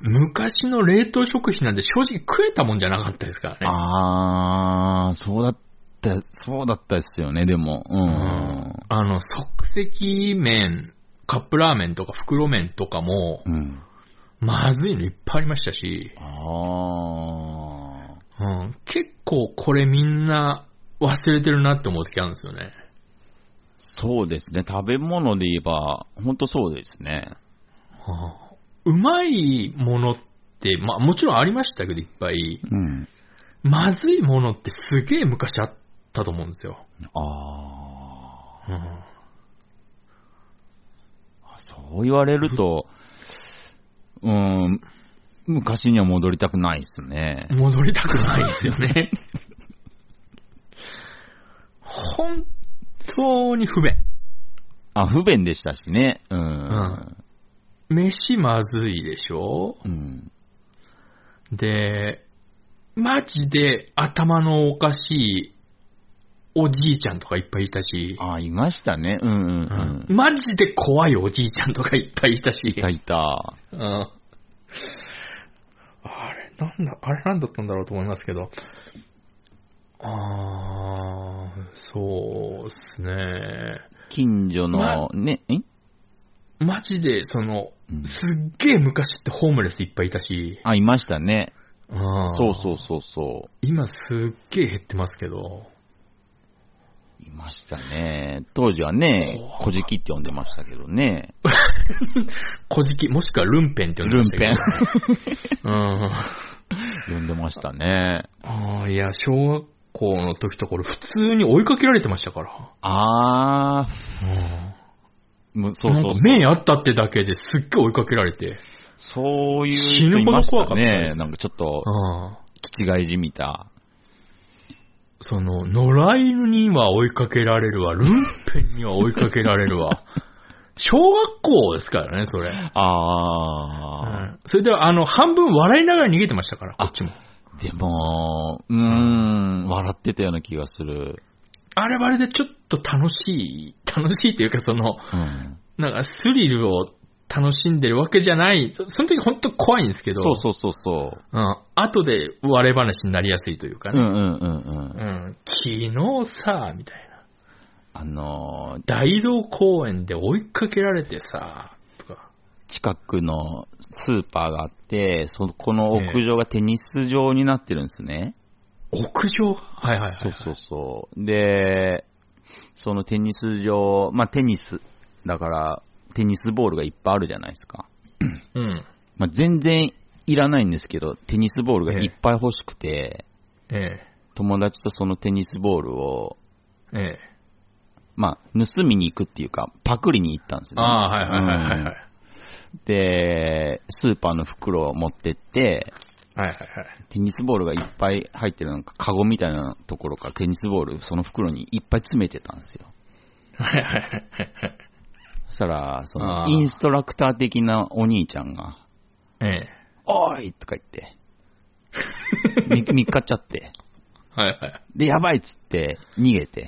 A: 昔の冷凍食品なんて正直食えたもんじゃなかったですからね。
B: ああ、そうだった、そうだったっすよね、でも。うん。
A: あの、即席麺、カップラーメンとか袋麺とかも、
B: うん。
A: まずいのいっぱいありましたし、
B: ああ。
A: うん、結構これみんな忘れてるなって思う時あるんですよね。
B: そうですね。食べ物で言えば、ほんとそうですね。
A: うんうまいものって、まあもちろんありましたけどいっぱい、
B: うん。
A: まずいものってすげえ昔あったと思うんですよ。
B: あ
A: うん
B: あ。そう言われると、うん、昔には戻りたくないっすね。
A: 戻りたくないですよね。本当に不便。
B: あ、不便でしたしね。うん。
A: ん飯まずいでしょ
B: うん。
A: で、マジで頭のおかしいおじいちゃんとかいっぱいいたし、
B: あ、いましたね。うんうんうん。
A: マジで怖いおじいちゃんとかいっぱいいたし、
B: いたいた。
A: うんあれ、なんだ、あれなんだったんだろうと思いますけど、あー、そうっすね。
B: 近所の、ね、え
A: マジで、その、
B: うん
A: すっげえ昔ってホームレスいっぱいいたし、
B: あ、いましたね。そう
A: う。
B: そうそうそ
A: 今すっげえ減ってますけど、
B: う。いましたね。当時はね、
A: 怖
B: こじきって呼んでましたけどね。
A: 小じき、もしくはルンペンって呼んでま
B: ルン
A: したけ
B: ペ
A: ど。
B: ン
A: うん。
B: 呼んでましたね。
A: ああ、いや、小学校の時とこれ普通に追いかけられてましたから。
B: あ
A: うん。
B: ー、もうそうそう
A: なん
B: そ
A: か
B: う。
A: 目あったってだけですっげえ追いかけられて。
B: そういう
A: 死
B: 人
A: ぬ
B: い
A: ほど
B: ました
A: 怖かったで
B: ね。
A: す
B: なんかちょっと、
A: うん。
B: 気違いじみた。
A: その、野良犬には追いかけられるわ、ルンペンには追いかけられる わ。小学校ですからね、それ。う
B: あー。
A: んそれで、あの、半分笑いながら逃げてましたから、こっちも。
B: でも、うーん、笑ってたような気がする。
A: あれはあれでちょっと楽しい、楽しいというか、その、
B: うん。
A: なんかスリルを楽しんでるわけじゃない。そその時本当怖いんですけど、
B: そうそうそうそう。
A: うん。後で割れ話になりやすいというか
B: う
A: ね。
B: んうんうんう。
A: うんん。昨日さ、みたいな。
B: あのー、
A: 大道公園で追いかけられてさ、とか。
B: 近くのスーパーがあって、そこの屋上がテニス場になってるんですね。
A: 屋上がはいはいはい。
B: そうそうそう。で、そのテニス場、まあテニス、だからテニスボールがいっぱいあるじゃないですか。
A: う。うん。
B: まあ全然いらないんですけど、テニスボールがいっぱい欲しくて、
A: ええ。
B: 友達とそのテニスボールを、
A: ええ。
B: まあ盗みに行くっていうか、パクリに行ったんですね。
A: ああ、はいはいはいはい。は
B: うん
A: い
B: で、スーパーの袋を持ってって、
A: はいはい。
B: テニスボールがいっぱい入ってるなんか、カゴみたいなところからテニスボール、その袋にいっぱい詰めてたんですよ。
A: はいはいはいはい。
B: そしたら、そ
A: あ
B: の、
A: ー
B: インストラクター的なお兄ちゃんが、
A: ええ。
B: おいとか言って、み見っかっちゃって、
A: はいはい。
B: で、やばいっつって逃げて、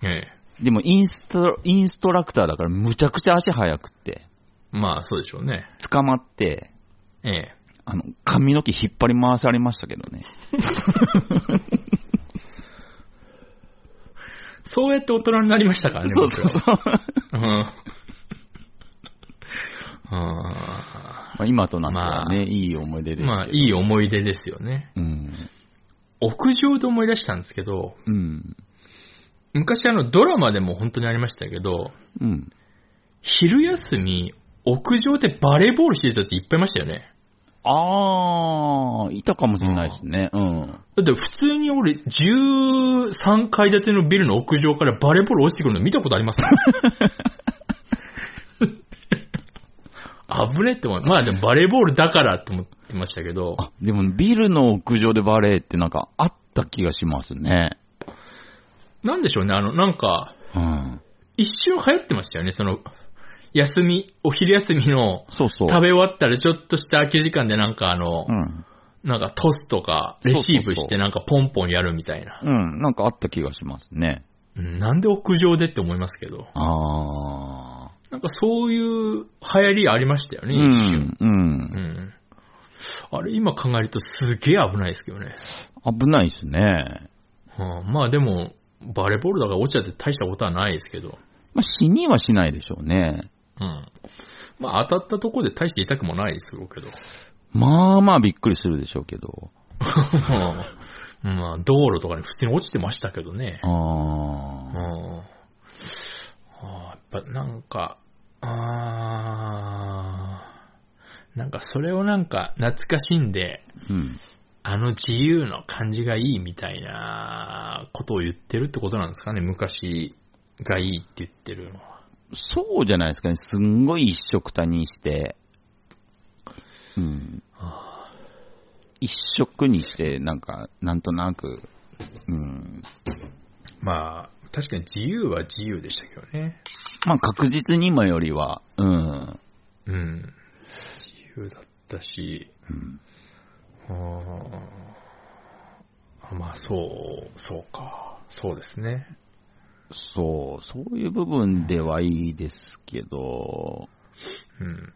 A: ええ。ええ。
B: でもインスト、インストラクターだからむちゃくちゃ足速くって、
A: まあ、そうでしょうね。
B: 捕まって、
A: ええ。
B: あの、髪の毛引っ張り回されましたけどね。
A: そうやって大人になりましたからね、
B: そうそうそう。
A: 僕はうん。
B: まあ今となってはね、
A: まあ
B: いい思い出
A: う
B: で
A: ん。
B: す。
A: まあ、いい思い出ですよね。
B: うん。
A: 屋上で思い出したんですけど、
B: うん。
A: 昔あのドラマでも本当にありましたけど、
B: うん。
A: 昼休み、屋上でバレーボールしてるやついっぱいいましたよね。
B: あー、いたかもしれないですね。うん。
A: だって普通に俺、13階建てのビルの屋上からバレーボール落ちてくるの見たことありますあ危ねって思う。まあでもバレーボールだからって思ってましたけど、
B: あ、でもビルの屋上でバレーってなんかあった気がしますね。
A: なんでしょうね、あの、なんか、
B: うん。
A: 一瞬流行ってましたよね、その、休み、お昼休みの、
B: そうそう。
A: 食べ終わったらちょっとした空き時間でなんかあの、
B: うん。
A: なんかトスとかレシーブしてなんかポンポンやるみたいな。
B: うん。なんかあった気がしますね。
A: うんなんで屋上でって思いますけど。
B: あ
A: なんかそういう流行りありましたよ
B: ー。
A: ね、
B: う
A: 一瞬。
B: ん。う。
A: うんん。あれ、今考えるとすげえ危ないですけどね。
B: 危ないですね。
A: うんまあでも、バレーボールだから落ちちゃって大したことはないですけど。
B: まあ死にはしないでしょうね。
A: うん。まあ当たったとこで大して痛くもないですけど。
B: まあまあびっくりするでしょうけど。
A: うんまあ道路とかに普通に落ちてましたけどね。
B: あ
A: う
B: ー。
A: ん。あーやっぱなんか、あーなんかそれをなんか懐かしんで、
B: うん。
A: あの自由の感じがいいみたいなことを言ってるってことなんですかね、昔がいいって言ってるのは。
B: そうじゃないですかね。すんごい一色多にして。うん。一色にして、なんか、なんとなく、うん。
A: まあ、確かに自由は自由でしたけどね。
B: まあ確実に今よりは、うん。
A: うん。自由だったし、
B: うん
A: あーあまあそう、そうか。そうですね。
B: そう、そういう部分ではいいですけど、
A: うん。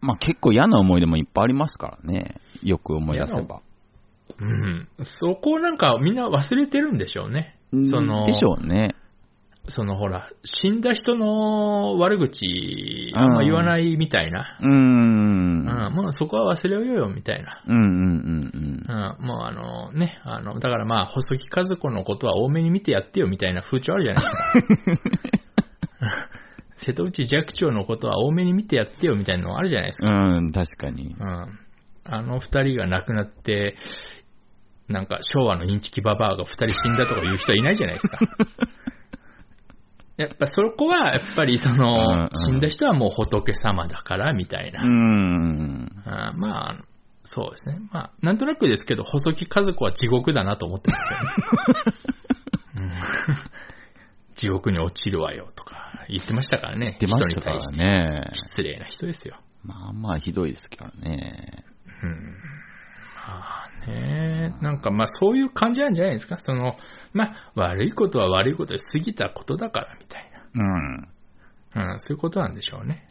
B: まあ結構嫌な思い出もいっぱいありますからね。よく思い出せば。
A: うん。そこをなんかみんな忘れてるんでしょうね。その、
B: でしょうね。
A: そのほら、死んだ人の悪口、あんま言わないみたいな。
B: うーん。う
A: うん
B: ん、
A: もうそこは忘れようよ、みたいな。
B: うん、うん、
A: うん、もうあのね、あの、だからまあ、細木和子のことは多めに見てやってよ、みたいな風潮あるじゃない ですか。瀬戸内寂聴のことは多めに見てやってよ、みたいなのあるじゃないですか。
B: うん。うん、確かに。
A: うん。あの二人が亡くなって、なんか昭和のインチキババアが二人死んだとか言う人はいないじゃないです か。やっぱそこは、やっぱりそ
B: うんう
A: の
B: ん、
A: 死んだ人はもう仏様だから、みたいな
B: う。ん。
A: あーまあ、そうですね。まあ、なんとなくですけど、細木和子は地獄だなと思ってますけ どね。うん地獄に落ちるわよとか言ってましたからね。
B: 出ましたから
A: 人に対して
B: ね。
A: 失礼な人ですよ。
B: まあまあひどいですからね。
A: うんまあね、なんかまあそういう感じなんじゃないですか。その、まあ悪いことは悪いことで過ぎたことだからみたい
B: うん。
A: な。うん、そういうことなんでしょうね。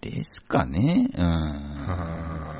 B: ですかね。う。
A: うんん